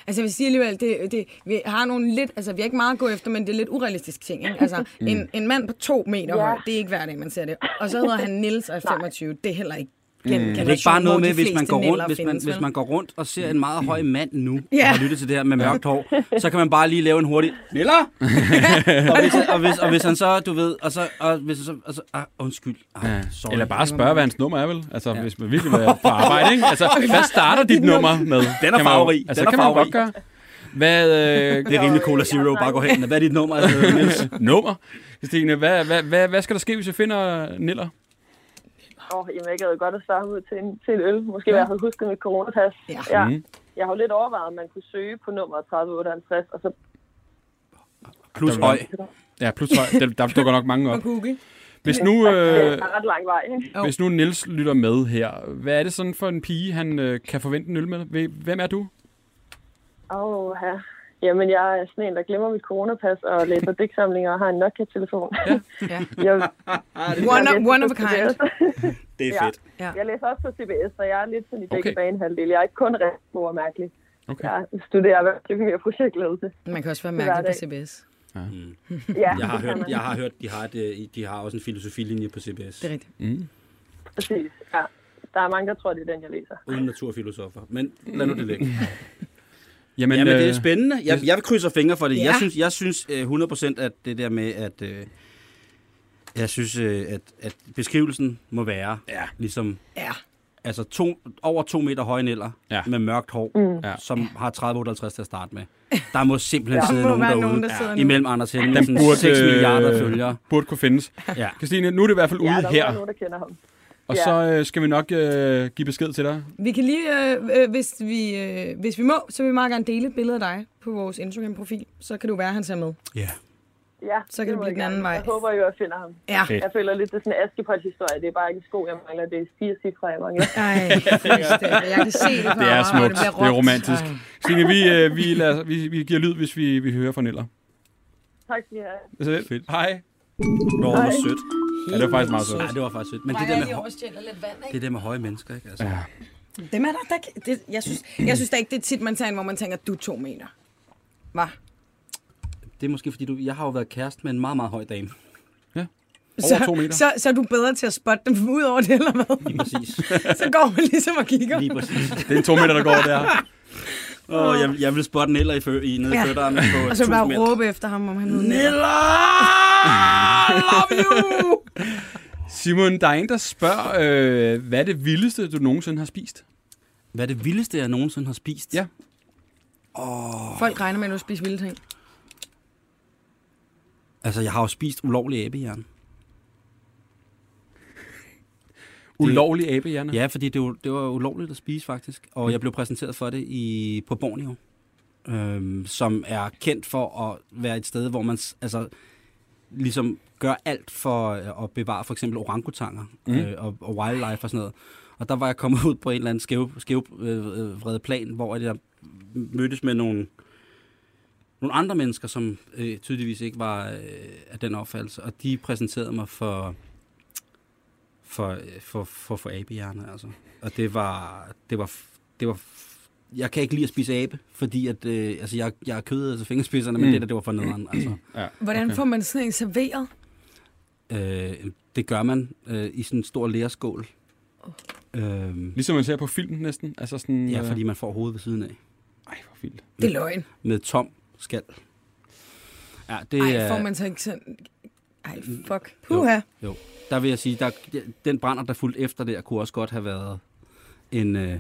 Speaker 4: Altså, jeg vil sige alligevel, det, det, vi har nogle lidt, altså, vi har ikke meget at gå efter, men det er lidt urealistiske ting, ikke? Altså, mm. en, en mand på to meter
Speaker 7: Ja.
Speaker 4: høj, det er ikke hver dag, man ser det. Og så hedder han Nils og er 25. Det er heller ikke gennem mm.
Speaker 5: Er det ikke bare noget med, hvis man går rundt, hvis man, hvis man går rundt og ser en meget høj mand nu,
Speaker 4: Ja.
Speaker 5: ja. og har lyttet til det her med mørkt hår, så kan man bare lige lave en hurtig Niller! og, hvis, og, hvis, og hvis han så, du ved, og så, og hvis han så, og så ah, undskyld, ah,
Speaker 3: Ja.
Speaker 5: sorry.
Speaker 3: Eller bare spørge, hvad hans nummer er, vel? Altså, ja. hvis man virkelig vil på arbejde, ikke? Altså, hvad starter dit nummer med?
Speaker 5: Den er
Speaker 3: Kan man jo-
Speaker 5: farverig.
Speaker 3: Altså,
Speaker 5: Den er
Speaker 3: kan man jo
Speaker 5: farverig.
Speaker 3: godt gøre. Hvad, øh,
Speaker 5: Det er rimelig Cola Zero, bare gå hen. Hvad er dit nummer? Jeg hedder Niels?
Speaker 3: nummer? Stine, hvad, hvad, hvad, hvad skal der ske, hvis jeg finder Niller?
Speaker 7: Åh, jamen, jeg gad godt at svare ud til en, til en øl. Måske ja. jeg havde husket mit coronapas.
Speaker 4: Ja.
Speaker 3: Mhm.
Speaker 7: Jeg har jo lidt overvejet, om man kunne søge på nummer 3058, og så
Speaker 5: Plus høj.
Speaker 3: Ja, plus høj. Der, der dukker nok mange op.
Speaker 4: Man Google.
Speaker 3: Hvis nu,
Speaker 7: øh.
Speaker 3: øh,
Speaker 7: er ret lang vej.
Speaker 3: hvis nu Nils lytter med her, hvad er det sådan for en pige, han øh, kan forvente en øl med? Ved- Hvem er du?
Speaker 7: Åh, oh, ja. Jamen, jeg er sådan en, der glemmer mit coronapas og læser digtsamlinger og har en Nokia-telefon. Ja.
Speaker 4: Ja.
Speaker 7: jeg,
Speaker 4: One,
Speaker 7: jeg
Speaker 4: of,
Speaker 7: læser
Speaker 4: one of
Speaker 7: på
Speaker 4: a kind.
Speaker 7: CBS.
Speaker 5: Det er
Speaker 7: Ja.
Speaker 5: fedt.
Speaker 7: Jeg læser også på CBS, så jeg er lidt sådan i
Speaker 3: Okay.
Speaker 7: begge banehalvdel. Jeg er ikke kun rigtig god og mærkelig.
Speaker 3: Okay.
Speaker 7: Jeg studerer erhvervsøkonomi og projektledelse.
Speaker 4: Man kan også være
Speaker 7: Hver
Speaker 4: mærkelig på
Speaker 7: dag.
Speaker 4: CBS.
Speaker 7: Ja,
Speaker 5: Jeg har
Speaker 7: det kan
Speaker 5: hørt,
Speaker 7: man.
Speaker 5: jeg har hørt de, har et, øh, de har også en filosofilinje på CBS.
Speaker 4: Det er rigtigt.
Speaker 7: Præcis, ja. Der er mange, der tror, det er den, jeg læser.
Speaker 5: Uden naturfilosofer. Men lad nu det ligge.
Speaker 3: Jamen,
Speaker 5: Jamen, det er
Speaker 3: øh,
Speaker 5: spændende. Jeg, jeg krydser fingre for det.
Speaker 4: Ja.
Speaker 5: Jeg synes, jeg synes øh, 100% at det der med, at øh, jeg synes, øh, at, at beskrivelsen må være ja. ligesom
Speaker 4: Ja.
Speaker 5: altså to, over to meter høje næller
Speaker 3: Ja.
Speaker 5: ja. med mørkt hår,
Speaker 3: Ja.
Speaker 5: mm. som har 3058 til at starte med. Der må simpelthen
Speaker 7: Der
Speaker 5: sidde
Speaker 4: må
Speaker 5: nogen
Speaker 4: være
Speaker 5: derude
Speaker 4: nogen, der sidder nu.
Speaker 5: imellem Anders
Speaker 3: den
Speaker 5: Henningsen,
Speaker 3: burde,
Speaker 5: 6 milliarder
Speaker 3: øh,
Speaker 5: følgere.
Speaker 3: burde kunne findes.
Speaker 5: Ja.
Speaker 3: Christine, nu er det i hvert fald
Speaker 7: Ja,
Speaker 3: ude
Speaker 7: der er
Speaker 3: her,
Speaker 7: nogen, der kender ham.
Speaker 3: og så øh, skal vi nok øh, give besked til dig.
Speaker 4: Vi kan lige, øh, øh, hvis, vi, øh, hvis vi må, så vil vi meget gerne dele et billede af dig på vores Instagram-profil. Så kan du være, han ser med.
Speaker 5: Ja.
Speaker 7: Ja,
Speaker 4: Så kan det
Speaker 7: må
Speaker 4: blive
Speaker 7: jeg
Speaker 4: den anden
Speaker 7: gerne.
Speaker 4: vej.
Speaker 7: Jeg håber jo, at jeg finder ham.
Speaker 4: Ja.
Speaker 3: Okay.
Speaker 7: Jeg føler lidt, det er sådan en Askepot-historie. Det er bare ikke sko, jeg mangler. Det er fire cifre, jeg mangler.
Speaker 4: Ej, fuldstændig. jeg kan se det på
Speaker 3: Det er
Speaker 4: mig, og
Speaker 3: smukt.
Speaker 4: bliver
Speaker 3: Det er
Speaker 4: råbt.
Speaker 3: romantisk.
Speaker 4: Ej.
Speaker 3: Stine, vi, øh, vi, lader, vi, vi giver lyd, hvis vi, vi hører fra Niller.
Speaker 7: tak skal I have.
Speaker 3: Altså, Hej.
Speaker 5: Nå, hvor sødt.
Speaker 3: Ja, det er faktisk meget sødt.
Speaker 5: Ja, det var faktisk sødt. Men det der med, hø-
Speaker 4: lidt vand,
Speaker 5: det der med høje mennesker, ikke? Altså,
Speaker 3: Ja.
Speaker 4: ikke? Dem er der, der kan- det, jeg, synes, jeg synes da ikke, det er tit, man tager en, hvor man tænker, du er to meter. Hva?
Speaker 5: Det er måske fordi, du, jeg har jo været kæreste med en meget, meget høj dame.
Speaker 3: Over to meter.
Speaker 4: Så, så er du bedre til at spotte dem ud over det, eller hvad?
Speaker 5: Lige præcis.
Speaker 4: Så går man ligesom og kigger.
Speaker 5: Lige præcis.
Speaker 3: Det er en to meter, der går der.
Speaker 5: Åh, jeg, jeg vil spotte Neller i, fø, i nede i
Speaker 4: Ja.
Speaker 5: fødderne på
Speaker 4: Og så
Speaker 5: tusind
Speaker 4: bare
Speaker 5: mænd.
Speaker 4: råbe efter ham, om han hedder Ned.
Speaker 5: Neller! Love you!
Speaker 3: Simon, der er en, der spørger, øh, hvad er det vildeste, du nogensinde har spist?
Speaker 5: Hvad er det vildeste, jeg nogensinde har spist?
Speaker 3: Ja.
Speaker 4: Folk regner med, at du spiser vilde ting.
Speaker 5: Altså, jeg har jo spist ulovlig æbehjerne.
Speaker 3: Ulovlig abehjerne.
Speaker 5: Ja, fordi det, var- det var ulovligt at spise, faktisk. Og jeg blev præsenteret for det i, på Borneo. Øhm, som er kendt for at være et sted, hvor man s- altså, ligesom gør alt for øh, at bevare for eksempel orangutanger mm. øh, og, og wildlife og sådan noget. Og der var jeg kommet ud på en eller anden skæv, skæv øh, øh, vred plan, hvor at jeg mødtes med nogle, nogle andre mennesker, som øh, tydeligvis ikke var øh, af den opfattelse, og de præsenterede mig for for, øh, for, for, for abehjerner, altså. Og det var, det var, det var, jeg kan ikke lide at spise abe, fordi at, øh, altså jeg, jeg er kødet altså fingerspidserne, men
Speaker 3: Mm.
Speaker 5: det der, det var for nederen, altså.
Speaker 4: Hvordan okay. får man sådan en serveret?
Speaker 5: Øh, det gør man øh, i sådan en stor lærskål. Øh,
Speaker 3: Ligesom man ser på filmen næsten. Altså sådan,
Speaker 5: ja,
Speaker 3: øh,
Speaker 5: fordi man får hovedet ved siden af.
Speaker 3: Ej, hvor vildt.
Speaker 4: Det er løgn.
Speaker 5: Med tom skal. Ja, det
Speaker 4: Ej,
Speaker 5: er...
Speaker 4: får man så ikke sådan Ej, fuck. Puha.
Speaker 5: Jo, der vil jeg sige, der, den brænder, der fulgte efter det, kunne også godt have været en... Øh,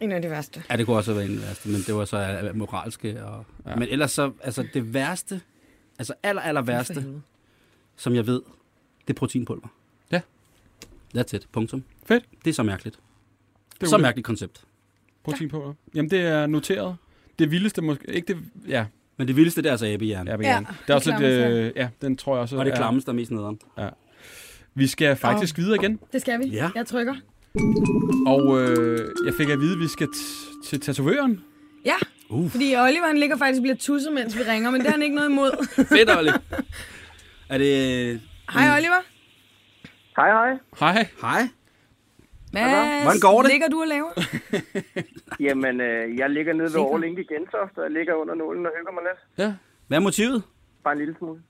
Speaker 4: En af de værste.
Speaker 5: ja, det kunne også have været en af de værste, men det var så øh, moralske. Og, ja. Men ellers så, altså det værste, altså aller, aller
Speaker 4: For
Speaker 5: værste,
Speaker 4: helvede.
Speaker 5: som jeg ved, det er proteinpulver.
Speaker 3: Ja.
Speaker 5: That's it. Punktum.
Speaker 3: Fedt.
Speaker 5: Det er så mærkeligt.
Speaker 3: Det er
Speaker 5: så
Speaker 3: ulækkert.
Speaker 5: mærkeligt koncept.
Speaker 3: Protein på. Jamen, det er noteret. Det vildeste måske... Ikke det... Ja,
Speaker 5: Men det vildeste, det er altså abehjernen.
Speaker 3: jeg
Speaker 5: Ja.
Speaker 3: vil
Speaker 4: Ja,
Speaker 3: gerne. Det er også
Speaker 4: det
Speaker 3: lidt...
Speaker 4: klammer
Speaker 3: Øh,
Speaker 4: sig.
Speaker 3: ja, den tror jeg også...
Speaker 5: Og det
Speaker 3: er-
Speaker 5: klammes, der er mest nederen.
Speaker 3: Vi skal faktisk videre igen.
Speaker 4: Det skal vi.
Speaker 5: Ja.
Speaker 4: Jeg trykker.
Speaker 3: Og øh, jeg fik at vide, at vi skal t- til tatovøren.
Speaker 4: Ja,
Speaker 5: Uh.
Speaker 4: fordi Oliveren ligger faktisk og bliver tusset, mens vi ringer, men det har han ikke noget imod.
Speaker 5: Fedt, Olli. er det... øh,
Speaker 4: Hej Oliver.
Speaker 7: Hej, hej.
Speaker 3: Hej.
Speaker 5: Hej.
Speaker 4: Hvad
Speaker 5: Hvordan går det?
Speaker 4: ligger du og laver?
Speaker 8: Jamen, øh, jeg ligger nede ved
Speaker 4: Sikker.
Speaker 8: Aarling i Gentofte, og jeg ligger under nålen og hygger mig lidt.
Speaker 3: Ja.
Speaker 5: Hvad er motivet?
Speaker 8: Bare en lille smule.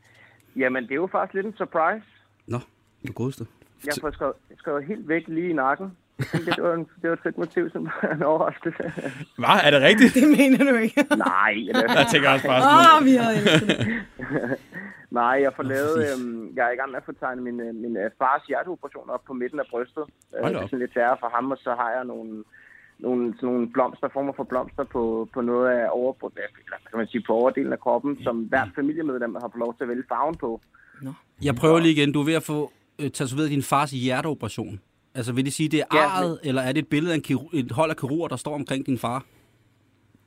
Speaker 8: Jamen, det er jo faktisk lidt en surprise.
Speaker 5: Nå, du godeste.
Speaker 8: Jeg får skrevet, skrevet helt væk lige i nakken. Jeg tænkte, Det var, en, det var et fedt motiv, som var en overraskelse.
Speaker 3: Hvad? Er det rigtigt?
Speaker 4: Det mener du ikke.
Speaker 8: Nej,
Speaker 3: Jeg
Speaker 8: eller,
Speaker 3: tænker også bare sådan
Speaker 4: Åh, oh, vi havde elsket det.
Speaker 8: nej, jeg får lavet, øhm, jeg er i gang med at få tegnet min, øh, min øh, fars hjerteoperation op på midten af brystet. Øh,
Speaker 3: Hold
Speaker 8: det er
Speaker 3: op.
Speaker 8: sådan lidt værre for ham, og så har jeg nogle, nogle, sådan nogle blomster, former for blomster på, på noget af over, eller, hvad kan man sige, på overdelen af kroppen, som
Speaker 3: Mm.
Speaker 8: hvert familiemedlem har fået lov til at vælge farven på.
Speaker 5: Jeg prøver lige igen. Du er ved at få øh, tatoveret din fars hjerteoperation. Altså, vil det sige, det er
Speaker 8: Ja,
Speaker 5: arret, eller er det et billede af en kirur- et hold af kirurger, der står omkring din far?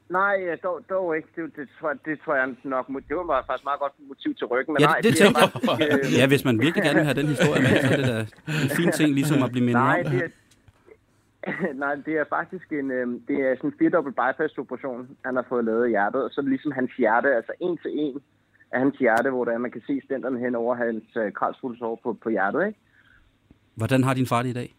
Speaker 8: Nej, øh, dog, dog ikke. Det, det, tror, jeg- det tror jeg nok... Det var faktisk meget godt motiv til ryggen, men
Speaker 5: Ja,
Speaker 8: nej,
Speaker 5: det, det
Speaker 8: er
Speaker 5: tænker
Speaker 8: faktisk, øh,
Speaker 5: jeg. Ja, hvis man virkelig gerne vil have den historie med, så er det da en fin ting ligesom at blive mindet
Speaker 8: Nej,
Speaker 5: om.
Speaker 8: det er, nej, det er faktisk en, øh, det er sådan en firdobbelt bypass-operation, han har fået lavet i hjertet. Og så er det ligesom hans hjerte, altså en til en af hans hjerte, hvor der, man kan se stænderne hen over hans øh, kralsfuglsår på, på hjertet. Ikke?
Speaker 5: Hvordan har din far det i dag?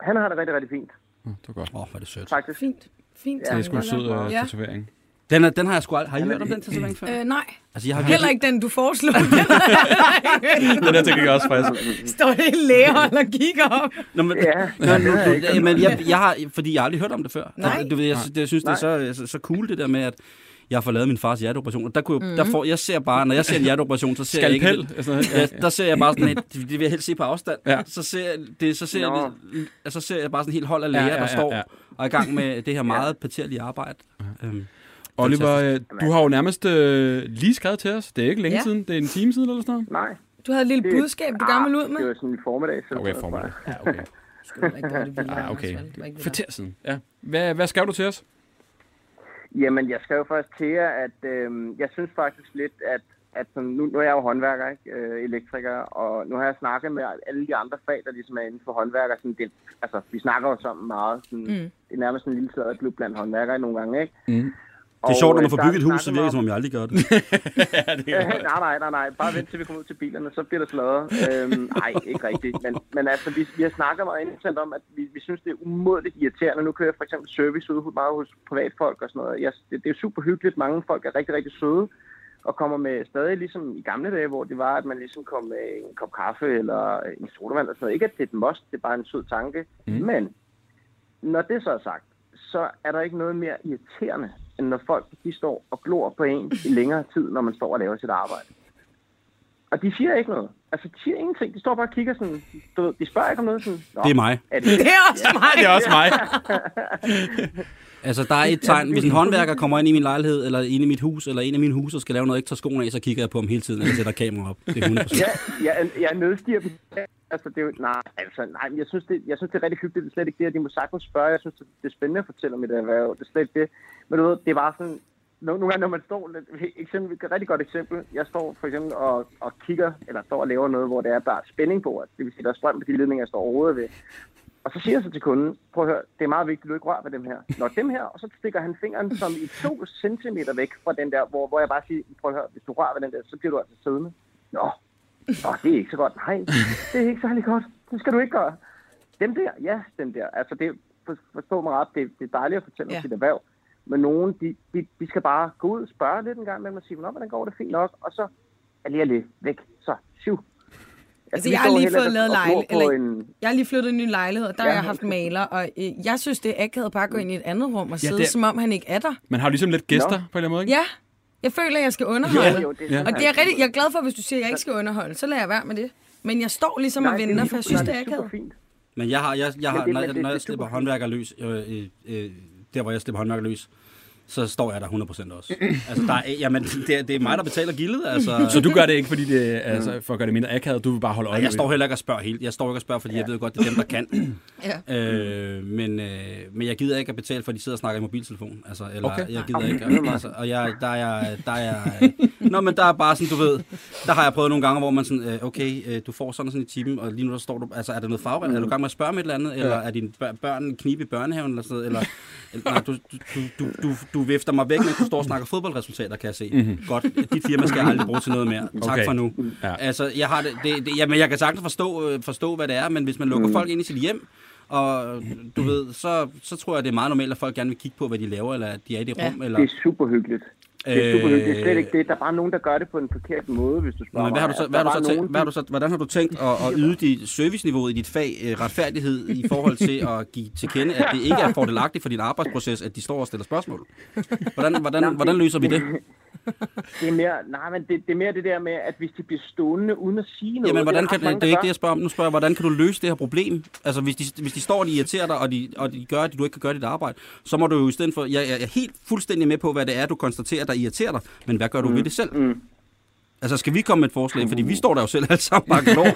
Speaker 8: Han har det rigtig, rigtig fint,
Speaker 3: noget. Det var godt.
Speaker 5: Åh, oh, hvor er det sødt.
Speaker 8: faktisk.
Speaker 4: Fint. Fint.
Speaker 3: Det er
Speaker 4: tak,
Speaker 3: sgu en
Speaker 4: Oliver.
Speaker 3: sød øh,
Speaker 4: Ja.
Speaker 3: tatovering.
Speaker 5: Den, er, den har jeg sgu aldrig... Har I hørt om den tatovering før?
Speaker 4: Øh, nej,
Speaker 5: Altså, jeg har
Speaker 4: heller
Speaker 5: virkelig...
Speaker 4: ikke den, du foreslog.
Speaker 3: Den der tænker jeg også faktisk.
Speaker 4: Står det i lægehold og kigger op.
Speaker 5: Nå, men,
Speaker 8: Ja.
Speaker 5: Nå, nu, du, ja, men jeg, jeg har, fordi jeg har aldrig hørt om det før.
Speaker 4: Nej.
Speaker 5: Altså, du, ved, jeg, sy- det, jeg synes, det er så, altså, så cool, det der med, at jeg får lavet min fars hjerteoperation. Og der, kunne, mm. der får, jeg ser bare, når jeg ser en hjerteoperation, så ser jeg
Speaker 3: Skalpel.
Speaker 5: ikke...
Speaker 3: og sådan noget.
Speaker 5: Ja, der ser jeg bare sådan et, det vil jeg helst se på afstand.
Speaker 3: Ja.
Speaker 5: Ja. Så, ser jeg, det, så, ser jeg,
Speaker 8: Nå.
Speaker 5: lidt- altså, så ser jeg bare sådan en helt hold af læger, ja, ja, ja, der står
Speaker 3: ja.
Speaker 5: og er i gang med det her meget paterlige arbejde. Øhm,
Speaker 3: Oliver, øh, du har jo nærmest øh, lige skrevet til os. Det er ikke længe
Speaker 4: Ja.
Speaker 3: siden. Det er en time siden eller sådan noget.
Speaker 8: Nej.
Speaker 4: Du havde et lille
Speaker 8: Det- Ah,
Speaker 4: budskab, du gerne ville ud med.
Speaker 8: Det var sådan i formiddag. Så
Speaker 3: Okay, formiddag. Ja, okay. Ah, okay. Fortæl siden. Ja. Hvad, hvad skrev du til os?
Speaker 8: Jamen, jeg skrev faktisk til jer, at øh, jeg synes faktisk lidt, at, at sådan, nu, nu er jeg jo håndværker, ikke? Øh, elektriker, og nu har jeg snakket med alle de andre fag, der ligesom er inden for håndværker. Sådan, det, altså, vi snakker jo sammen meget. Sådan, mm. Det er nærmest sådan en lille sladderklub blandt håndværkere nogle gange, ikke? øh, Mm.
Speaker 5: det er sjovt, når man får bygget et hus, så virker det, som om jeg aldrig gør det.
Speaker 8: nej, nej, nej, nej. Bare vent til vi kommer ud til bilerne, så bliver der sladret. Øhm, nej, ikke rigtigt. Men, men altså, vi, vi har snakket meget internt om, at vi, vi synes, det er umådeligt irriterende. Nu kører jeg for eksempel service ude hos- meget hos privatfolk og sådan noget. Jeg, det, det er super hyggeligt. Mange folk er rigtig, rigtig søde og kommer med stadig ligesom i gamle dage, hvor det var, at man ligesom kom med en kop kaffe eller en sodavand og sådan noget. Ikke at det er et must, det er bare en sød tanke. Mm. Men når det så er sagt, så er der ikke noget mere irriterende, end når folk de står og glor på en i længere tid, når man står og laver sit arbejde. Og de siger ikke noget. Altså, de siger ingenting. De står bare og kigger sådan, du ved, de spørger ikke om noget sådan. Nå,
Speaker 5: Det er mig.
Speaker 8: Er det det?
Speaker 4: Det er også mig.
Speaker 3: Det er også mig.
Speaker 5: Altså, der er et tegn. Hvis en håndværker kommer ind i min lejlighed, eller ind i mit hus, eller en af mine huse, og skal lave noget, ikke tager skoen af, så kigger jeg på ham hele tiden, og jeg sætter kamera op. Det er 100%.
Speaker 8: Ja, jeg, jeg nedstiger dem. Altså, det er jo, nej, altså, nej, men jeg synes, det, jeg synes, det er rigtig hyggeligt. Det er slet ikke det, at de må sagtens spørge. Jeg synes, det, det er spændende at fortælle om et erhverv. Det er slet ikke det. Men du ved, det er bare sådan, nogle, nogle gange, når man står, lidt- eksempel, et rigtig godt eksempel, jeg står for eksempel og, og kigger, eller står og laver noget, hvor det er, der er spænding på, det vil sige, der er strøm på de ledninger, jeg står overhovedet ved. Og så siger jeg så til kunden, prøv at høre, det er meget vigtigt, at du ikke rører ved dem her. Når dem her, og så stikker han fingeren som i to centimeter væk fra den der, hvor, hvor jeg bare siger, prøv at høre, hvis du rører ved den der, så bliver du altså siddende. Nå, Nå, det er ikke så godt. Nej, det er ikke særlig godt. Det skal du ikke gøre. Dem der, ja, dem der. Altså, det, for- forstå mig ret, det, det er dejligt at fortælle
Speaker 4: Ja.
Speaker 8: om sit erhverv. Men nogen, de, de, de skal bare gå ud og spørge lidt en gang med dem og sige, "Nå, hvordan går det fint nok? Og så er lige lidt væk. Så, syv.
Speaker 4: Altså,
Speaker 8: vi
Speaker 4: jeg har
Speaker 8: står
Speaker 4: lige
Speaker 8: hellere
Speaker 4: fået
Speaker 8: og
Speaker 4: lavet
Speaker 8: glor
Speaker 4: lejl-
Speaker 8: på
Speaker 4: eller-
Speaker 8: en-
Speaker 4: Jeg har lige flyttet i en ny lejlighed, og der har
Speaker 8: Ja.
Speaker 4: jeg haft maler, og øh, jeg synes, det er akavet bare at gå ind i et andet rum og sidde,
Speaker 3: det
Speaker 4: ja,
Speaker 3: er-
Speaker 4: som om han ikke er der.
Speaker 3: Man har jo ligesom lidt gæster på en eller anden måde, ikke?
Speaker 4: Ja, Jeg føler, at jeg skal underholde.
Speaker 8: Ja, jo, det er
Speaker 3: Ja.
Speaker 8: sådan,
Speaker 4: Og det er rigtig, jeg er glad for, hvis du siger, at jeg ikke skal underholde. Så lader jeg være med det. Men jeg står ligesom og venter, for jeg synes, det er akavet.
Speaker 8: fint.
Speaker 5: Men jeg har, jeg, jeg har,
Speaker 8: det-
Speaker 5: når,
Speaker 8: men
Speaker 5: jeg,
Speaker 8: det-
Speaker 5: når
Speaker 8: det
Speaker 5: jeg
Speaker 8: er
Speaker 5: slipper
Speaker 8: superfint.
Speaker 5: håndværker løs, øh, øh, øh, der hvor jeg slipper håndværker løs, så står jeg der 100% også. altså, der er, jamen, det, er- det er mig, der betaler gildet. Altså,
Speaker 3: Så du gør det ikke, fordi det, altså, for at gøre det mindre akavet, du vil bare holde øje
Speaker 5: Og
Speaker 3: med
Speaker 5: jeg står heller ikke og spørger helt. Jeg står ikke og spørger, fordi ja. jeg ved godt, det er dem, der kan.
Speaker 4: Ja.
Speaker 5: øh, men, øh, men jeg gider ikke at betale, for at de sidder og snakker i mobiltelefon. Altså, eller
Speaker 3: Okay.
Speaker 5: okay. jeg gider ikke. at- Altså, og jeg, der er jeg... Der er jeg øh, Nå, men der er bare sådan, du ved... Der har jeg prøvet nogle gange, hvor man sådan... Øh, okay, øh, du får sådan og sådan i timen, og lige nu der står du... Altså, er der noget fagret? Er du i gang med at spørge om et eller andet? Eller er dine bør- børn knibe i børnehaven? Eller sådan noget? Eller, eller nej, du, du, du, du, du vifter mig væk, mens du står og snakker fodboldresultater, kan jeg se. Mm-hmm. Godt, dit firma skal jeg aldrig bruge til noget mere. Tak
Speaker 3: Okay.
Speaker 5: for nu.
Speaker 3: Ja.
Speaker 5: Ja. Altså, jeg, har det, det, det, jamen, jeg kan sagtens forstå, øh, forstå, hvad det er, men hvis man lukker mm. folk ind i sit hjem, og du ved, så, så tror jeg, det er meget normalt, at folk gerne vil kigge på, hvad de laver, eller at de er i det
Speaker 4: Ja.
Speaker 5: rum. Eller,
Speaker 8: Det er super hyggeligt. Det er super hyggeligt. Det er slet ikke det. Der er bare nogen, der gør det på en forkert måde, hvis du
Speaker 5: Nå,
Speaker 8: spørger
Speaker 5: men hvad har du
Speaker 8: mig.
Speaker 5: så,
Speaker 8: Altså,
Speaker 5: hvad har
Speaker 8: der
Speaker 5: du
Speaker 8: er
Speaker 5: så,
Speaker 8: nogen,
Speaker 5: tænkt, hvad har du så, hvordan har du tænkt at, at yde dit serviceniveau i dit fag øh, retfærdighed i forhold til at give til kende, at det ikke er fordelagtigt for din arbejdsproces, at de står og stiller spørgsmål? Hvordan, hvordan, hvordan løser vi det?
Speaker 8: Det er mere, nej, men det, det er mere det der med, at hvis de bliver stående uden at sige noget...
Speaker 5: Jamen, hvordan
Speaker 8: der
Speaker 5: kan,
Speaker 8: ret mange,
Speaker 5: det er
Speaker 8: der
Speaker 5: ikke det, jeg spørger om. Nu spørger jeg, hvordan kan du løse det her problem? Altså, hvis de, hvis de står og de irriterer dig, og de, og de gør, at du ikke kan gøre dit arbejde, så må du jo i stedet for... Jeg, jeg, jeg er helt fuldstændig med på, hvad det er, du konstaterer, der irriterer dig, men hvad gør du mm. ved det selv? Mm. Altså, skal vi komme med et forslag? Fordi vi står der jo selv alle sammen bare klog.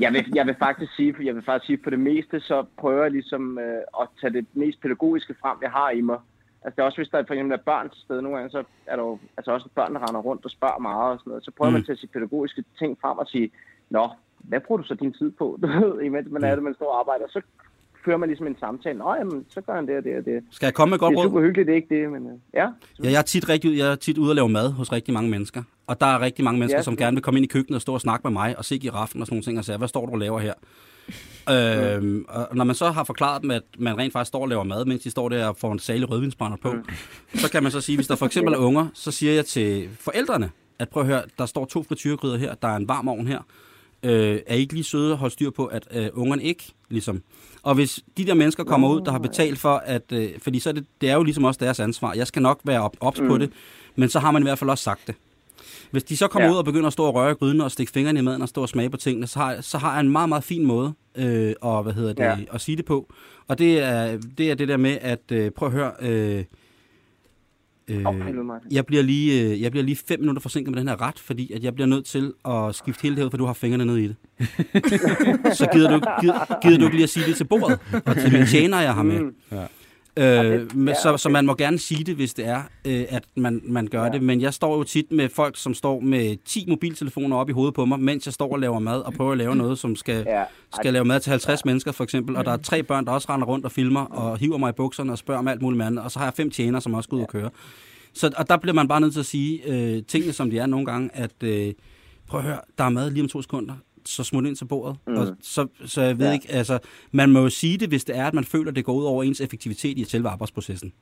Speaker 8: Jeg vil, jeg vil faktisk sige, jeg vil faktisk sige, for det meste, så prøver jeg ligesom øh, at tage det mest pædagogiske frem, jeg har i mig. Altså det er også, hvis der for eksempel er børn til stede nogle gange, så er der jo altså også børn, der render rundt og spørger meget og sådan noget. Så prøver mm. man at tage sit pædagogiske ting frem og sige, nå, hvad bruger du så din tid på, du ved, imens man er det, man står og arbejder. Så fører man ligesom en samtale, nå jamen, så gør han det og det og det.
Speaker 5: Skal jeg komme med et godt
Speaker 8: Det er super
Speaker 5: råd?
Speaker 8: hyggeligt, det er ikke det, men øh, ja.
Speaker 5: Ja, jeg, er tit rigtig, ud- jeg er tit ude og lave mad hos rigtig mange mennesker. Og der er rigtig mange mennesker,
Speaker 8: Ja.
Speaker 5: som gerne vil komme ind i køkkenet og stå og snakke med mig og se giraffen og sådan nogle ting og sige, hvad står du og laver her? Øhm, og når man så har forklaret dem, at man rent faktisk står og laver mad, mens de står der og får en salig rødvinsbrænder på, så kan man så sige, hvis der for eksempel er unger, så siger jeg til forældrene, at prøv at høre, der står to frityregryder her, der er en varm ovn her. Øh, er I ikke lige søde at holde styr på, at øh, ungerne ikke, ligesom. Og hvis de der mennesker kommer ud, der har betalt for, at, øh, fordi så er det, det er jo ligesom også deres ansvar. Jeg skal nok være op, ops på det, men så har man i hvert fald også sagt det. Hvis de så kommer ja.
Speaker 8: Ja.
Speaker 5: ud og begynder at stå og røre i gryden og stikke fingrene i maden og stå og smage på tingene, så har, så har jeg en meget, meget fin måde øh, og, hvad hedder det,
Speaker 8: Ja.
Speaker 5: at sige det på. Og det er det, er det der med, at øh, prøv at høre, øh, øh,
Speaker 8: Åh, helvede, Martin.
Speaker 5: jeg, bliver lige, øh, jeg bliver lige fem minutter forsinket med den her ret, fordi at jeg bliver nødt til at skifte hele det her ud, for du har fingrene nede i det. så gider du, ikke- gider, gider du ikke lige at sige det til bordet, og til min tjener, jeg har med.
Speaker 8: Mm.
Speaker 5: Øh, men, så, så man må gerne sige det, hvis det er, øh, at man, man gør ja. det. Men jeg står jo tit med folk, som står med 10 mobiltelefoner op i hovedet på mig, mens jeg står og laver mad og prøver at lave noget, som skal,
Speaker 8: Ja.
Speaker 5: ja. skal lave mad til 50 ja. mennesker for eksempel. Og der er tre børn, der også render rundt og filmer og hiver mig i bukserne og spørger om alt muligt andet. Og så har jeg fem tjenere, som også skal ud og køre. Så, og der bliver man bare nødt til at sige øh, tingene, som de er nogle gange, at øh, prøv at høre, der er mad lige om to sekunder, så smut ind til bordet. Mm. Og så, så jeg ved ja. ikke, altså, man må jo sige det, hvis det er, at man føler, at det går ud over ens effektivitet i selve arbejdsprocessen.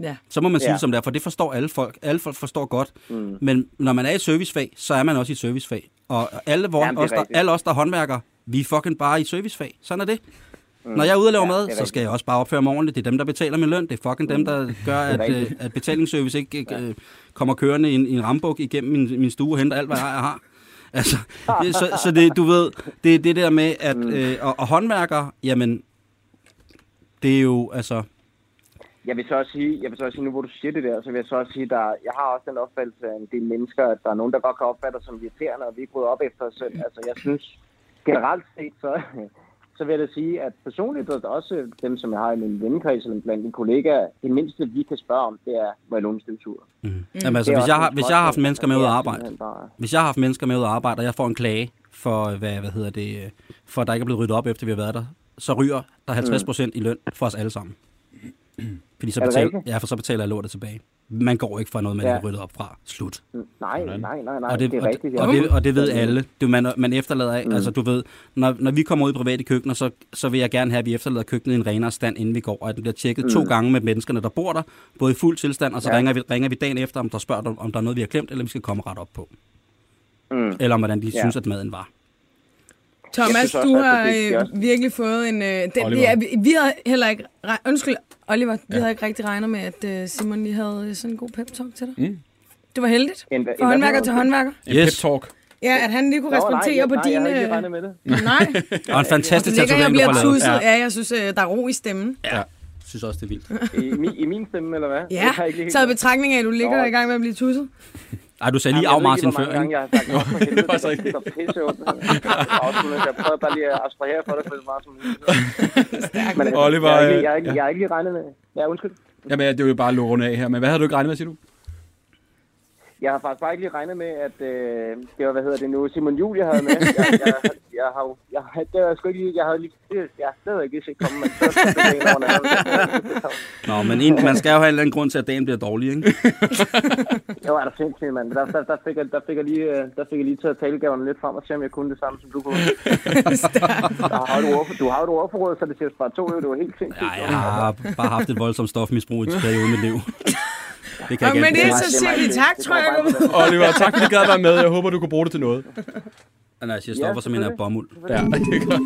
Speaker 4: Ja.
Speaker 5: Så må man sige
Speaker 8: Ja.
Speaker 5: det som det er, for det forstår alle folk. Alle folk forstår godt. Mm. Men når man er i et servicefag, så er man også i et servicefag. Og og alle, vores,
Speaker 8: Jamen, det er
Speaker 5: os, der,
Speaker 8: rigtigt.
Speaker 5: alle os, der er håndværkere, vi er fucking bare i et servicefag. Sådan er det. Mm. Når jeg er ude og lave
Speaker 8: Ja,
Speaker 5: ja,
Speaker 8: det
Speaker 5: mad,
Speaker 8: er
Speaker 5: så
Speaker 8: rigtigt. Mm.
Speaker 5: skal jeg også bare opføre mig ordentligt. Det er dem, der betaler min løn. Det er fucking dem, der gør, at, øh,
Speaker 8: rigtigt.
Speaker 5: at betalingsservice ikke, ikke øh, kommer kørende i en, i en rambuk igennem min, min stue og henter alt, hvad jeg har. Altså, det, så, så det, du ved, det er det der med, at
Speaker 8: Mm.
Speaker 5: øh, og, og håndværkere, jamen, det er jo, altså,
Speaker 8: Mm. Jeg vil så også sige, jeg vil så også sige nu hvor du siger det der, så vil jeg så også sige, der, jeg har også den opfattelse af en del mennesker, at der er nogen, der godt kan opfatte os som irriterende, og vi ikke bryder op efter os selv. Altså, jeg synes generelt set, så, så vil jeg da sige, at personligt, og også dem, som jeg har i min vennekreds eller blandt mine kollegaer, det mindste, vi kan spørge om, det er, hvor jeg låne støvsuger.
Speaker 5: mm. jamen, altså hvis, jeg har, hvis jeg har haft mennesker med ud at arbejde,
Speaker 8: Bare...
Speaker 5: hvis jeg har haft mennesker med ud at arbejde, og jeg får en klage for, hvad, hvad hedder det, øh, for at der ikke er blevet ryddet op, efter vi har været der, så ryger
Speaker 8: Mm.
Speaker 5: der 50 procent i løn for os alle sammen. Fordi så
Speaker 8: Er det
Speaker 5: betaler,
Speaker 8: rigtigt?
Speaker 5: ja, for så betaler jeg lortet tilbage. Man går ikke fra noget, man
Speaker 8: Ja.
Speaker 5: ja. har ryddet op fra. Slut.
Speaker 8: Nej, nej, nej, nej,
Speaker 5: og det,
Speaker 8: det er
Speaker 5: og,
Speaker 8: rigtigt.
Speaker 5: og,
Speaker 8: ja. Uh.
Speaker 5: det, og det ved alle. Du, man, man efterlader af. Mm. Altså, du ved, når, når vi kommer ud i private køkkener, så, så vil jeg gerne have, at vi efterlader køkkenet i en renere stand, inden vi går. Og at den bliver tjekket mm. to gange med menneskerne, der bor der. Både i fuld tilstand, og så ja. ringer, vi, ringer vi dagen efter, om der spørger, om- om der er noget, vi har glemt, eller vi skal komme ret op på. Mm. Eller om, hvordan de ja. synes, at maden var.
Speaker 8: Jeg
Speaker 4: Thomas,
Speaker 8: synes også,
Speaker 4: du
Speaker 8: at
Speaker 4: har
Speaker 8: det er vigtigt
Speaker 4: øh, virkelig fået en... Øh, den,
Speaker 3: Oliver.
Speaker 4: ja, vi, vi havde heller ikke... Re- Undskyld, Oliver, vi havde ikke rigtig regnet med, at øh, Simon lige havde øh, sådan en god pep-talk til dig. Mm. Det var heldigt.
Speaker 8: En hva- en
Speaker 4: Fra
Speaker 8: hvad
Speaker 4: håndværker
Speaker 8: hedder
Speaker 4: til
Speaker 8: det?
Speaker 4: håndværker.
Speaker 3: En
Speaker 5: Yes.
Speaker 3: pep talk.
Speaker 4: Ja, at han lige kunne
Speaker 8: Nå, nej,
Speaker 4: respontere
Speaker 8: jeg,
Speaker 4: på
Speaker 8: nej,
Speaker 4: dine...
Speaker 8: jeg havde ikke regnet med det.
Speaker 4: nej,
Speaker 5: Og en
Speaker 4: så
Speaker 5: fantastisk
Speaker 4: ligger jeg og
Speaker 5: tatovering, du
Speaker 4: bliver
Speaker 5: får lavet.
Speaker 4: tusset. Ja, jeg synes, øh, der er ro i stemmen.
Speaker 5: Jeg synes også, det er vildt.
Speaker 8: I, mi, I min stemme, eller hvad?
Speaker 4: Ja,
Speaker 8: Jeg har ikke lige helt-
Speaker 4: taget i betragtning af, at du ligger
Speaker 8: Nå.
Speaker 4: i gang med at blive tusset.
Speaker 5: Ej, du sagde lige
Speaker 8: Jamen,
Speaker 5: af
Speaker 8: jeg ved ikke,
Speaker 5: Martin
Speaker 8: hvor
Speaker 5: før,
Speaker 8: mange gange
Speaker 5: ikke?
Speaker 8: Jeg har sagt, "Nå, for helvede,
Speaker 3: Det var så ikke
Speaker 8: det er pisseondt." Jeg prøvede bare lige at abstrahere for dig, for det var meget som Men altså,
Speaker 3: Oliver, øh,
Speaker 8: jeg
Speaker 3: ja.
Speaker 8: har ikke- Jeg har ikke, jeg har ikke lige regnet med... Ja, undskyld.
Speaker 3: Jamen, jeg- det er jo bare at lukke rundt af her, men hvad havde du ikke regnet med, siger du?
Speaker 8: Jeg har faktisk bare ikke lige regnet med, at øh, det var, hvad hedder det nu, Simon Juhl, jeg havde med. Jeg, jeg, jeg, har jo, jeg, har- det var jeg sgu ikke lige, jeg havde lige, det, jeg, det havde jeg ikke lige set komme, men så så tænkte jeg egentlig over, når jeg havde-
Speaker 5: Nå, men en, man skal jo have en eller anden grund til, at dagen bliver dårlig, ikke?
Speaker 8: Jo, er der sindssygt, mand. Der, der, der, fik jeg, der, fik jeg lige, øh, der fik jeg lige taget talegaverne lidt frem og se, om jeg kunne det samme, som du kunne. Der har du, ord- du har jo et ordforråd, så det siger bare to, jo. det var helt sindssygt.
Speaker 5: Nej, jeg har bare haft et voldsomt stofmisbrug i en periode i mit liv. Det kan
Speaker 4: Og
Speaker 5: jeg
Speaker 4: med
Speaker 5: ikke
Speaker 4: det, så
Speaker 5: anbefale.
Speaker 8: det er
Speaker 4: siger
Speaker 8: meget
Speaker 4: vi
Speaker 8: fint.
Speaker 4: tak,
Speaker 8: Det
Speaker 4: tror
Speaker 8: går
Speaker 4: jeg.
Speaker 8: bare med det.
Speaker 3: Oliver, tak fordi du gad være med. Jeg håber, du kunne bruge det til noget.
Speaker 5: Ah, Nej, jeg siger stoffer, som en af bomuld.
Speaker 3: Ja, det er godt.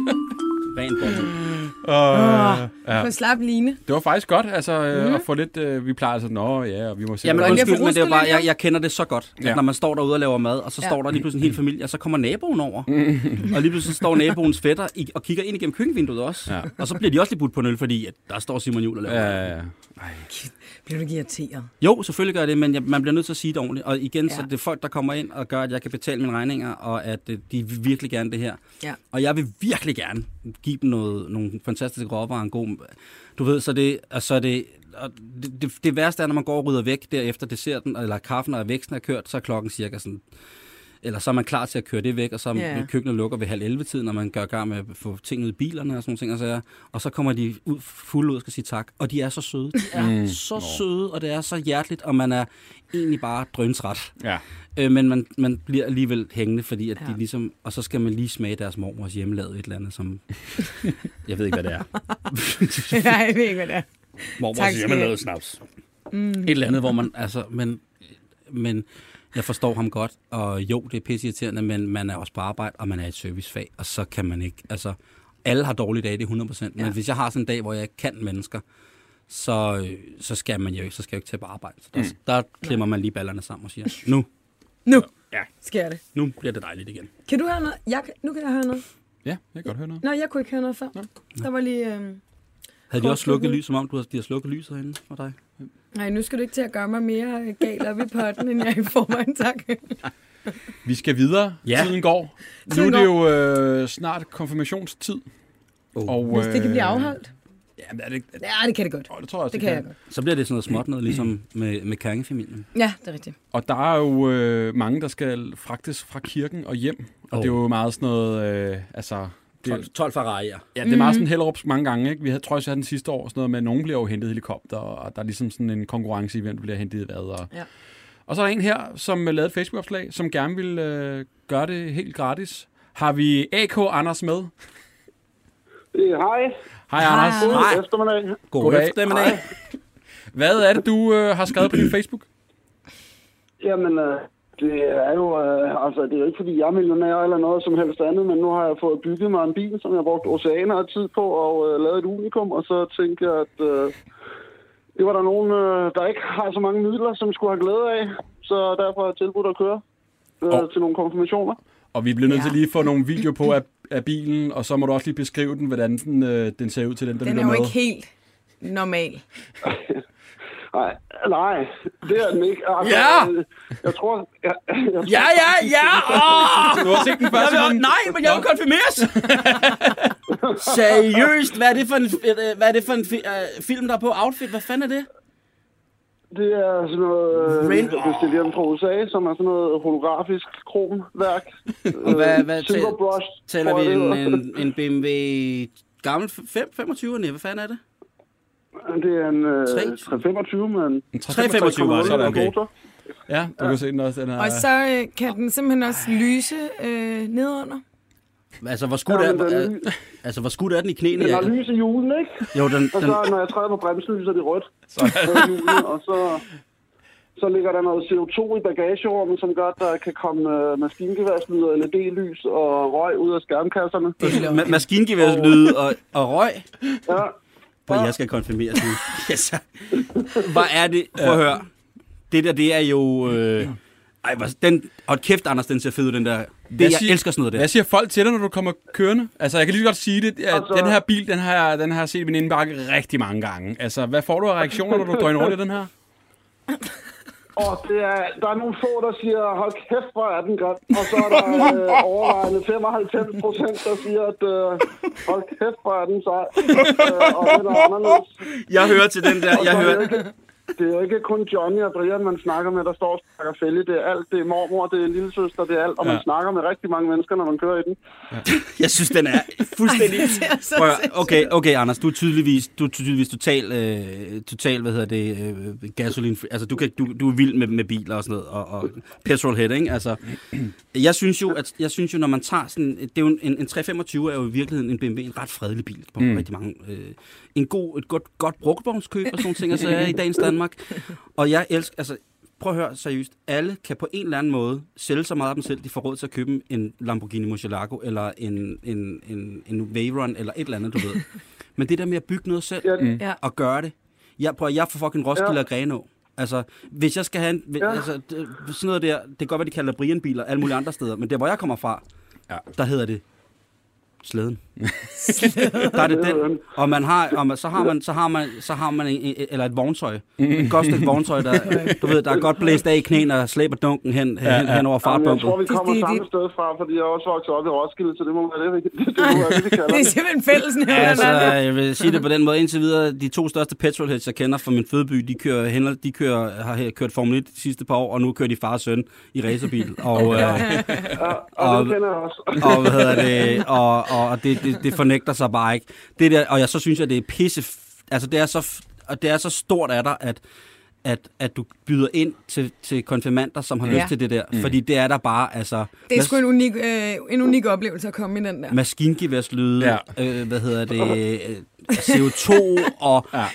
Speaker 5: Ren bomuld.
Speaker 3: Og,
Speaker 4: På slap line.
Speaker 3: det var faktisk godt, altså,
Speaker 4: Mhm.
Speaker 3: mm-hmm. at få lidt... Øh, vi plejer altså, nå ja, og vi må se...
Speaker 5: Jamen
Speaker 3: hvad-
Speaker 4: jeg
Speaker 5: undskyld,
Speaker 4: får
Speaker 5: men det er jo
Speaker 4: rusket
Speaker 5: bare,
Speaker 4: lidt,
Speaker 5: jeg, jeg kender det så godt, at
Speaker 3: Ja.
Speaker 5: når man står derude og laver mad, og så
Speaker 4: Ja.
Speaker 5: står der lige pludselig en hel familie, og så kommer naboen over. og lige pludselig så står naboens fætter i, og kigger ind igennem køkkenvinduet også.
Speaker 3: Ja.
Speaker 5: Og så bliver de også lige budt på en øl, fordi at der står Simon Juhl og laver
Speaker 3: Ja,
Speaker 5: mad.
Speaker 3: ja, ja.
Speaker 4: Bliver du ikke irriteret?
Speaker 5: Jo, selvfølgelig gør jeg det, men jeg, man bliver nødt til at sige det ordentligt. Og igen, ja. så
Speaker 4: Ja.
Speaker 5: det er folk, der kommer ind og gør, at jeg kan betale mine regninger, og at øh, de vil virkelig gerne det her.
Speaker 4: Ja.
Speaker 5: Og jeg vil virkelig gerne give dem noget, nogle fantastiske råvarer, en god... Du ved, så det... Og så er det og det, det, det, værste er, når man går og rydder væk derefter desserten, eller kaffen og væksten er kørt, så er klokken cirka sådan... Eller så er man klar til at køre det væk, og så er
Speaker 4: Ja, ja.
Speaker 5: yeah. køkkenet lukker ved halv 11 tiden, når man gør gang med at få ting ud i bilerne og sådan nogle ting. Og så, og så kommer de ud, fulde ud og skal sige tak. Og de er så søde. De er mm. så søde, og det er så hjerteligt, og man er egentlig bare drønsret.
Speaker 3: ja.
Speaker 5: Øh, men man, man bliver alligevel hængende, fordi at ja.
Speaker 4: Ja.
Speaker 5: de ligesom, og så skal man lige smage deres mormors hjemmelavede et eller andet, som, jeg ved ikke, hvad det er.
Speaker 4: Nej, jeg ved ikke, hvad det er. Tak
Speaker 5: mormors
Speaker 4: skal I have.
Speaker 5: hjemmelavede snaps. Mm. Et eller andet, hvor man, altså, men, men jeg forstår ham godt, og jo, det er pisseirriterende, men man er også på arbejde, og man er i et servicefag, og så kan man ikke, altså, alle har dårlige dage, det er 100%, men
Speaker 4: Ja.
Speaker 5: hvis jeg har sådan en dag, hvor jeg ikke kan mennesker, så, øh, så skal man jo ikke, så skal jeg jo ikke til på arbejde. Så der, mm. der klemmer man lige ballerne sammen og siger, nu,
Speaker 4: Nu
Speaker 5: Ja.
Speaker 4: sker det.
Speaker 5: nu bliver det dejligt igen.
Speaker 4: Kan du høre noget? Jeg, kan- nu kan jeg høre noget.
Speaker 3: ja, jeg kan godt høre noget.
Speaker 4: Nå, jeg kunne ikke høre noget før. Der var lige... øhm,
Speaker 5: Havde de også slukket lys, som om du har, de har slukket lyset herinde for dig?
Speaker 4: Nej, nu skal du ikke til at gøre mig mere øh, gal op i potten, end jeg i forvejen, tak.
Speaker 3: Vi skal videre.
Speaker 5: Ja.
Speaker 3: Tiden går. nu er
Speaker 4: Tiden
Speaker 3: det jo øh, snart konfirmationstid.
Speaker 5: Oh.
Speaker 3: Og,
Speaker 4: Hvis det kan blive afholdt.
Speaker 3: Jamen, er det, ikke-
Speaker 4: Ja, det kan det godt.
Speaker 3: Åh, det tror jeg også,
Speaker 4: Det
Speaker 3: det
Speaker 4: kan jeg godt.
Speaker 5: Så bliver det sådan noget småt noget, ligesom med, med kærnefamilien.
Speaker 4: Ja, det er rigtigt.
Speaker 3: Og der er jo øh, mange, der skal fragtes fra kirken og hjem. Og
Speaker 5: Åh.
Speaker 3: det er jo meget sådan noget... Øh, altså, det,
Speaker 5: 12, 12 Ferrari'er.
Speaker 3: Ja, det er
Speaker 4: Mhm.
Speaker 3: meget sådan Hellerup mange gange, ikke? Vi havde, tror jeg, så havde den sidste år sådan noget med, at nogen bliver jo hentet i helikopter, og der er ligesom sådan en konkurrence i, hvem der bliver hentet i hvad. Og,
Speaker 4: Ja.
Speaker 3: og så er der en her, som øh, lavede et Facebook-opslag, som gerne vil øh, gøre det helt gratis. Har vi AK Anders med?
Speaker 9: Hej.
Speaker 3: Hej Anders.
Speaker 9: God eftermiddag.
Speaker 5: God
Speaker 3: Goddag.
Speaker 5: eftermiddag.
Speaker 3: Hvad er det, du øh, har skrevet på din Facebook?
Speaker 9: Jamen, øh, det er jo... Øh, altså, det er jo ikke, fordi jeg er millionær eller noget som helst andet, men nu har jeg fået bygget mig en bil, som jeg har brugt oceaner af tid på, og øh, lavet et unikum, og så tænkte jeg, at øh, det var der nogen, øh, der ikke har så mange midler, som skulle have glæde af, så derfor har jeg tilbudt at køre øh,
Speaker 3: Og-
Speaker 9: til nogle konfirmationer.
Speaker 3: Og vi bliver nødt
Speaker 4: Ja.
Speaker 3: til lige at få nogle video på af, af bilen, og så må du også lige beskrive den, hvordan den, øh, den ser ud til den, der
Speaker 4: Den er
Speaker 3: lytter
Speaker 4: jo
Speaker 3: med.
Speaker 4: ikke helt normal.
Speaker 9: Nej, nej, det er den ikke. Altså,
Speaker 3: Ja!
Speaker 9: øh, Jeg tror... Jeg, jeg,
Speaker 5: Ja, ja, ja. Oh!
Speaker 3: Du har set den første
Speaker 5: Jeg vil, nej, men jeg vil konfirmeres. Seriøst, hvad er det for en, øh, hvad er det for en fi- øh, film, der er på outfit? Hvad fanden er det?
Speaker 9: Det er sådan noget,
Speaker 5: Rain-
Speaker 9: øh, hvis det er fra USA, som er sådan noget holografisk kromværk.
Speaker 5: hvad- hvad
Speaker 9: Silver
Speaker 5: tal-
Speaker 9: Brush,
Speaker 5: Taler
Speaker 9: tror
Speaker 5: vi
Speaker 9: jeg,
Speaker 5: en,
Speaker 9: det hedder.
Speaker 5: en, en BMW gammel 5, 25 Hvad fanden er det?
Speaker 9: Det er en øh,
Speaker 5: Tre?
Speaker 9: 325, men...
Speaker 5: 325 var det.
Speaker 9: Sådan,
Speaker 3: okay.
Speaker 9: okay.
Speaker 3: Ja, du kan se den også. Den er,
Speaker 4: Og så øh, kan den simpelthen også lyse øh, nedunder.
Speaker 3: Mm.
Speaker 5: Altså, hvor skudt
Speaker 9: Ja,
Speaker 5: er,
Speaker 9: men den,
Speaker 5: øh, altså, hvor skudt er den i knæene?
Speaker 9: den har
Speaker 5: Jacob?
Speaker 9: lys i julen, ikke?
Speaker 5: Jo, den,
Speaker 9: Og
Speaker 5: den,
Speaker 9: så, når jeg træder på bremsen, lyser det rødt. Så er hjulene, og så, så ligger der noget CO2 i bagagerummet, som gør, at der kan komme øh, maskingeværslyder,
Speaker 8: E
Speaker 9: LED-lys og røg ud af skærmkasserne.
Speaker 5: Ma- maskingeværslyd og, og røg.
Speaker 9: Ja.
Speaker 5: For jeg skal konfirmeres nu. yes. Hvor er det? Prøv at høre. Det der, det er jo... Øh, Ej, hvor- den, og kæft, Anders, den ser fed ud, den der. Det, jeg
Speaker 3: siger-
Speaker 5: elsker sådan noget der.
Speaker 3: Hvad siger folk til dig, når du kommer kørende? Altså, jeg kan lige så godt sige det. At altså...
Speaker 8: Altså-
Speaker 3: Den her bil, den har, jeg- den har jeg set i min indbakke rigtig mange gange. Altså, hvad får du af reaktioner, når du drøner rundt i den her?
Speaker 8: Og det er, der er nogle få, der siger, hold kæft, hvor er den grim. Og så er der øh, overvejende 95 procent, der siger, at øh, hold kæft, hvor er den sej. Øh, og den er anderledes.
Speaker 5: Jeg hører til den der.
Speaker 8: Og
Speaker 5: Jeg
Speaker 8: så er det,
Speaker 5: hører,
Speaker 8: jo ikke, det er jo ikke kun Johnny og Brian, man snakker med, der står og snakker fælde. Det er alt. Det er mormor, det er lillesøster, det er alt. Og man
Speaker 3: Ja.
Speaker 8: snakker med rigtig mange mennesker, når man kører i den.
Speaker 5: jeg synes, den er fuldstændig...
Speaker 4: er så
Speaker 5: Prøv, at høre. okay, okay, Anders, du er tydeligvis, du er tydeligvis total, øh, total, hvad hedder det, øh, gasoline, altså du, kan, du, du er vild med, med biler og sådan noget, og, og petrolhead, ikke? Altså, jeg synes jo, at, jeg synes jo, når man tager sådan, det er jo en, en 325 er jo i virkeligheden en BMW, en ret fredelig bil på mm. rigtig mange, øh, en god, et godt, godt brugtvognskøb og sådan nogle ting, altså er i dagens Danmark, og jeg elsker, altså, Prøv at høre seriøst. Alle kan på en eller anden måde sælge så meget af dem selv, de får råd til at købe en Lamborghini Murcielago, eller en, en, en, en Veyron, eller et eller andet, du ved. Men det der med at bygge noget selv,
Speaker 8: Ja,
Speaker 3: Mm.
Speaker 4: Ja.
Speaker 5: og gøre det. Jeg, prøv, at- jeg er fra fucking Roskilde ja.
Speaker 8: Ja.
Speaker 5: og Grenå. Altså, hvis jeg skal have en, ja.
Speaker 8: Ja.
Speaker 5: altså, det- sådan noget der, det kan godt være, de kalder Brian-biler alle mulige andre steder, men der, hvor jeg kommer fra, ja. der hedder det slæden. der er det den, og man har, og man, så har man, så har man, så har man en, en, eller et vogntøj, et godt stykke vogntøj, der, du ved, der er godt blæst af i knæene og slæber dunken hen, hen, hen, hen over
Speaker 8: Jamen, jeg
Speaker 5: fartbunken.
Speaker 8: tror, vi kommer
Speaker 4: Det- det-
Speaker 8: samme
Speaker 4: det-
Speaker 8: sted fra, fordi jeg er også vokset op i Roskilde, så det må være det, vi, det, det, må være det, vi kalder
Speaker 4: Det er
Speaker 8: det.
Speaker 4: simpelthen fælles nu.
Speaker 5: Altså,
Speaker 4: Altså,
Speaker 5: jeg vil sige det på den måde indtil videre. De to største petrolheads, jeg kender fra min fødeby, de, kører, henhold- de kører, har her kørt Formel 1 de sidste par år, og nu kører de far og søn i racerbil. Og, øh,
Speaker 8: Og
Speaker 5: Og-
Speaker 8: det kender jeg også.
Speaker 5: og hvad hedder det, og, og, og det, det, det, fornægter sig bare ikke. Det der, og jeg, så synes jeg, det er pisse... f- Altså, det er så, f- og det er så stort af dig, at, at, at du byder ind til, til konfirmander, som har ja.
Speaker 4: Ja.
Speaker 5: lyst til det der. Mm. Fordi det er der bare, altså...
Speaker 4: det er
Speaker 5: mas-
Speaker 4: sgu en unik, øh, en unik oplevelse at komme i den der.
Speaker 5: maskingeværslyde,
Speaker 3: Ja.
Speaker 5: ja. øh, hvad hedder det, øh, CO2 og ja.
Speaker 4: Jeg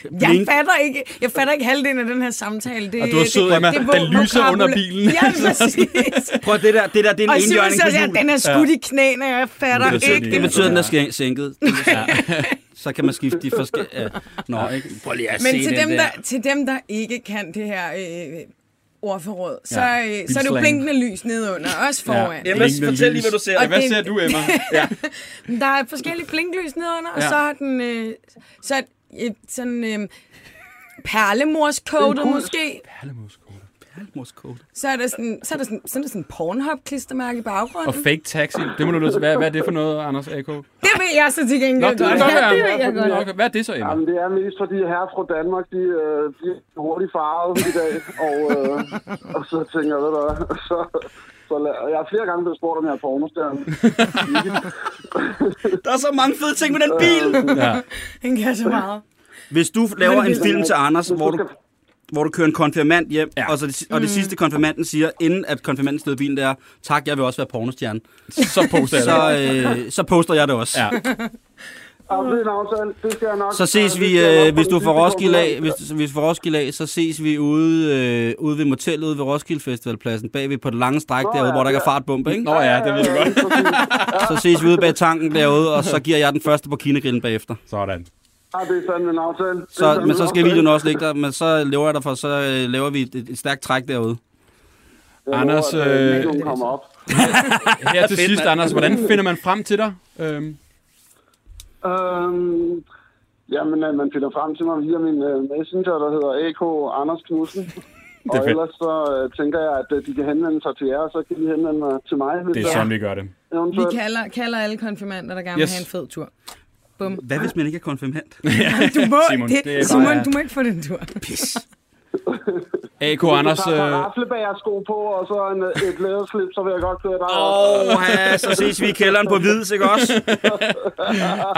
Speaker 4: fatter ikke, jeg fatter ikke halvdelen af den her samtale. Det,
Speaker 3: Og du er sød, Emma. Den
Speaker 4: vo-
Speaker 3: lyser
Speaker 4: vokabula-
Speaker 3: under bilen.
Speaker 4: Ja, præcis.
Speaker 5: Prøv at det der, det der, det er
Speaker 4: og
Speaker 5: en
Speaker 4: Simon
Speaker 5: enhjørning
Speaker 4: siger,
Speaker 5: på
Speaker 4: også, at
Speaker 5: hjul.
Speaker 4: den er skudt i knæene, og jeg fatter
Speaker 3: Det betyder
Speaker 4: ikke.
Speaker 3: det
Speaker 5: Det
Speaker 3: ikke.
Speaker 4: Det
Speaker 5: betyder, at den er skæ- sænket. Det betyder- Så kan man skifte de forskellige... Ja. Nå, ikke? Prøv lige at
Speaker 4: Men
Speaker 5: se
Speaker 4: til
Speaker 5: den
Speaker 4: dem, der, til dem, der ikke kan det her øh, ordforråd, så,
Speaker 3: Ja,
Speaker 4: øh, så er det jo
Speaker 3: bilslang.
Speaker 4: blinkende lys nedenunder, også foran.
Speaker 3: Emma, Blinkende fortæl lige, hvad du
Speaker 5: ser.
Speaker 3: Ja,
Speaker 4: Og
Speaker 3: hvad
Speaker 4: det-
Speaker 3: ser du, Emma? Ja.
Speaker 4: Der er forskellige blinklys nedenunder, og
Speaker 3: Ja.
Speaker 4: så har den øh, så er det et, sådan øh, perlemorskodet måske. Så er der sådan, så er der sådan, så er der sådan Pornhub-klistermærke i baggrunden.
Speaker 3: Og fake taxi. Det må du lytte til. Hvad, hvad er det for noget, Anders A.K.? Nå,
Speaker 4: Det vil jeg så til gengæld
Speaker 3: det er
Speaker 4: godt. Ja, det vil jeg godt.
Speaker 3: Okay, hvad er det så, Emma?
Speaker 8: Jamen, det er mest fordi her fra Danmark, de, øh, de er hurtigt farvet i dag, og, øh, og så tænker jeg, ved du hvad, så, så la- og jeg har flere gange blevet spurgt om jeg er pornostjerne.
Speaker 5: Der er så mange fede ting med den bil!
Speaker 3: Ja.
Speaker 4: Den kan så meget.
Speaker 5: Hvis du laver en
Speaker 4: Men-
Speaker 5: film til Anders, hvor du,
Speaker 8: skal-
Speaker 5: hvor du kører en konfirmand hjem, ja. og, så det, si- og det sidste konfirmanden siger, inden at konfirmanden støder bilen, det er, tak, jeg vil også være pornostjerne.
Speaker 3: Så poster jeg det.
Speaker 5: Så, øh, så poster jeg det også.
Speaker 3: Ja.
Speaker 8: Ja, det er en aftale, det skal jeg nok.
Speaker 5: Så ses vi, øh, hvis du er fra Roskilde af, hvis, hvis fra Roskilde af, så ses vi ude, øh, ude ved motellet ude ved Roskilde Festivalpladsen, bagved på det lange stræk
Speaker 8: Nå,
Speaker 5: derude,
Speaker 8: ja,
Speaker 5: hvor der ikke er
Speaker 8: ja.
Speaker 5: fartbombe, ikke?
Speaker 3: Nå ja, det ved du godt.
Speaker 5: Så ses vi ude bag tanken derude, og så giver jeg den første på kinegrillen bagefter.
Speaker 3: Sådan.
Speaker 8: Ja, det er fandme en aftale. Det er
Speaker 5: Så,
Speaker 8: fandme
Speaker 5: men så
Speaker 8: en
Speaker 5: skal
Speaker 8: aftale.
Speaker 5: videoen også ligge der, men så lever jeg derfor, så øh, laver vi et, et stærkt træk derude.
Speaker 8: Jeg lover,
Speaker 3: Anders,
Speaker 8: at, øh,
Speaker 3: øh,
Speaker 8: videoen kommer op.
Speaker 3: Her til sidst, Anders, hvordan finder man frem til dig? Øhm,
Speaker 8: Øhm, jamen, øh, man finder frem til mig via min øh, messenger, der hedder AK Anders Knudsen.
Speaker 3: er
Speaker 8: Og
Speaker 3: fedt.
Speaker 8: ellers så øh, tænker jeg, at øh, de kan henvende sig til jer, og så kan de henvende mig til mig. Hvis
Speaker 3: det er
Speaker 8: der
Speaker 3: sådan, vi gør det.
Speaker 4: Vi
Speaker 8: eventuelt.
Speaker 4: kalder, kalder alle konfirmander, der gerne
Speaker 3: Yes.
Speaker 4: vil have en fed tur. Bum.
Speaker 5: Hvad hvis man ikke er konfirmant?
Speaker 4: Du må,
Speaker 3: Simon,
Speaker 4: Simon,
Speaker 3: det er bare-
Speaker 4: det, Simon, du må ikke få den tur.
Speaker 3: A.K. Anders,
Speaker 8: Så tager
Speaker 3: øh,
Speaker 8: raflebægersko på, og så en, øh, et læderslip, så vil jeg godt køre dig.
Speaker 5: Åh, oh, så ses vi i kælderen på Hvids, ikke også?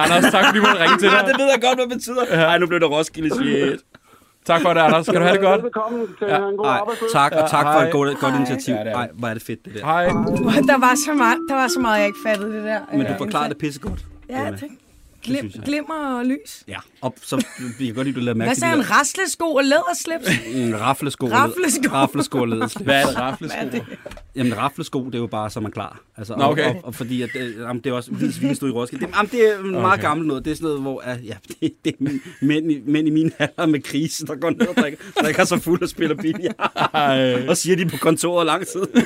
Speaker 3: Anders, tak fordi du måtte ringe til
Speaker 5: Ja,
Speaker 3: dig.
Speaker 5: det ved jeg godt, hvad det betyder. Nej, nu blev det Roskilde shit.
Speaker 3: Tak for det, Anders. Kan du have det godt?
Speaker 8: Velkommen. Kan I
Speaker 3: Ja,
Speaker 8: have en god
Speaker 5: Ej,
Speaker 8: arbejdsløs?
Speaker 5: tak, og tak for et godt, godt
Speaker 4: Hej.
Speaker 5: initiativ.
Speaker 3: Ja, det er det.
Speaker 5: Ej, hvor er det fedt, det der.
Speaker 3: Hej.
Speaker 4: Der var så meget, der var så meget jeg ikke fattede det der.
Speaker 5: Men
Speaker 4: øh,
Speaker 5: du forklarer det pissegodt.
Speaker 4: Ja, tak. Glim,
Speaker 5: synes jeg.
Speaker 4: glimmer og lys.
Speaker 5: Ja, og så vi kan godt lide, at du lader mærke
Speaker 4: Hvad
Speaker 5: til
Speaker 4: sagde
Speaker 5: de
Speaker 4: han? Raslesko og læderslips?
Speaker 5: der- Mm, En raflesko.
Speaker 4: Raflesko.
Speaker 5: Raflesko leder
Speaker 3: Hvad er det, raflesko?
Speaker 5: Jamen, raflesko, det er jo bare, så man klar. Altså,
Speaker 3: Nå,
Speaker 5: og,
Speaker 3: okay.
Speaker 5: og, og, fordi, at, øh, jamen, det er også hvides vin stod i Roskilde. Det, jamen, det er meget
Speaker 3: Okay.
Speaker 5: okay. gammelt noget. Det er sådan noget, hvor øh, ja, det, det er mænd, i- mænd i min alder med krise, der går ned og drikker, drikker sig fuld og spiller billiard. og siger de er på kontoret lang tid. det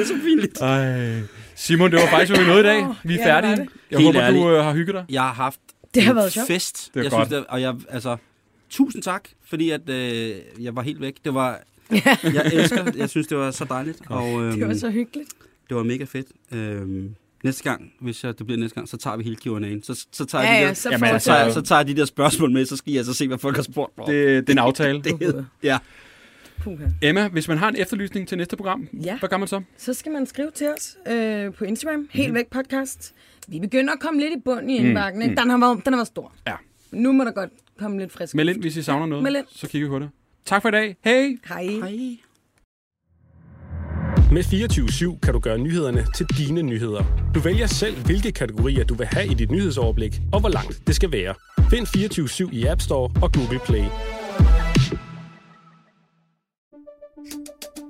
Speaker 5: er så pinligt.
Speaker 3: Ej. Simon, det var faktisk, hvad vi nåede i dag. Vi er
Speaker 4: Ja, det var
Speaker 3: færdige.
Speaker 4: det.
Speaker 3: Jeg
Speaker 5: Helt
Speaker 3: håber, du
Speaker 5: ærligt.
Speaker 3: øh, har hygget dig.
Speaker 5: Jeg har haft
Speaker 4: Det har
Speaker 5: en
Speaker 4: været sjovt.
Speaker 5: fest.
Speaker 3: Det er
Speaker 5: jeg
Speaker 3: godt.
Speaker 5: Synes, det, og jeg, altså, tusind tak, fordi at, øh, jeg var helt væk. Det var, jeg elsker, jeg synes, det var så dejligt, og øhm,
Speaker 4: Det var så hyggeligt.
Speaker 5: det var mega fedt. Øhm, næste gang, hvis jeg, det bliver næste gang, så tager vi hele Q&A'en. Så, så, tager jeg
Speaker 4: Ja,
Speaker 5: de
Speaker 4: ja,
Speaker 5: der,
Speaker 4: så
Speaker 3: Jamen,
Speaker 4: får
Speaker 5: så,
Speaker 3: altså,
Speaker 4: altså,
Speaker 5: tager, jeg- så tager jeg de der spørgsmål med, så skal I altså se, hvad folk har spurgt mig. om.
Speaker 3: Det, det er en aftale.
Speaker 5: det, ja.
Speaker 4: Puha.
Speaker 3: Emma, hvis man har en efterlysning til næste program,
Speaker 4: Ja.
Speaker 3: hvad gør man så?
Speaker 4: Så skal man skrive til os øh, på Instagram, helt væk podcast. Vi begynder at komme lidt i bund i indbakken. Mm. Den, har været, den har været stor.
Speaker 3: Ja.
Speaker 4: Nu må der godt komme lidt frisk.
Speaker 3: Meld ind, hvis I savner noget.
Speaker 4: Meld ind.
Speaker 3: Så kigger vi på det. Tak for i dag. Hej!
Speaker 4: Hej.
Speaker 5: Hej.
Speaker 2: Med 24-7 kan du gøre nyhederne til dine nyheder. Du vælger selv, hvilke kategorier du vil have i dit nyhedsoverblik, og hvor langt det skal være. Find 24-7 i App Store og Google Play.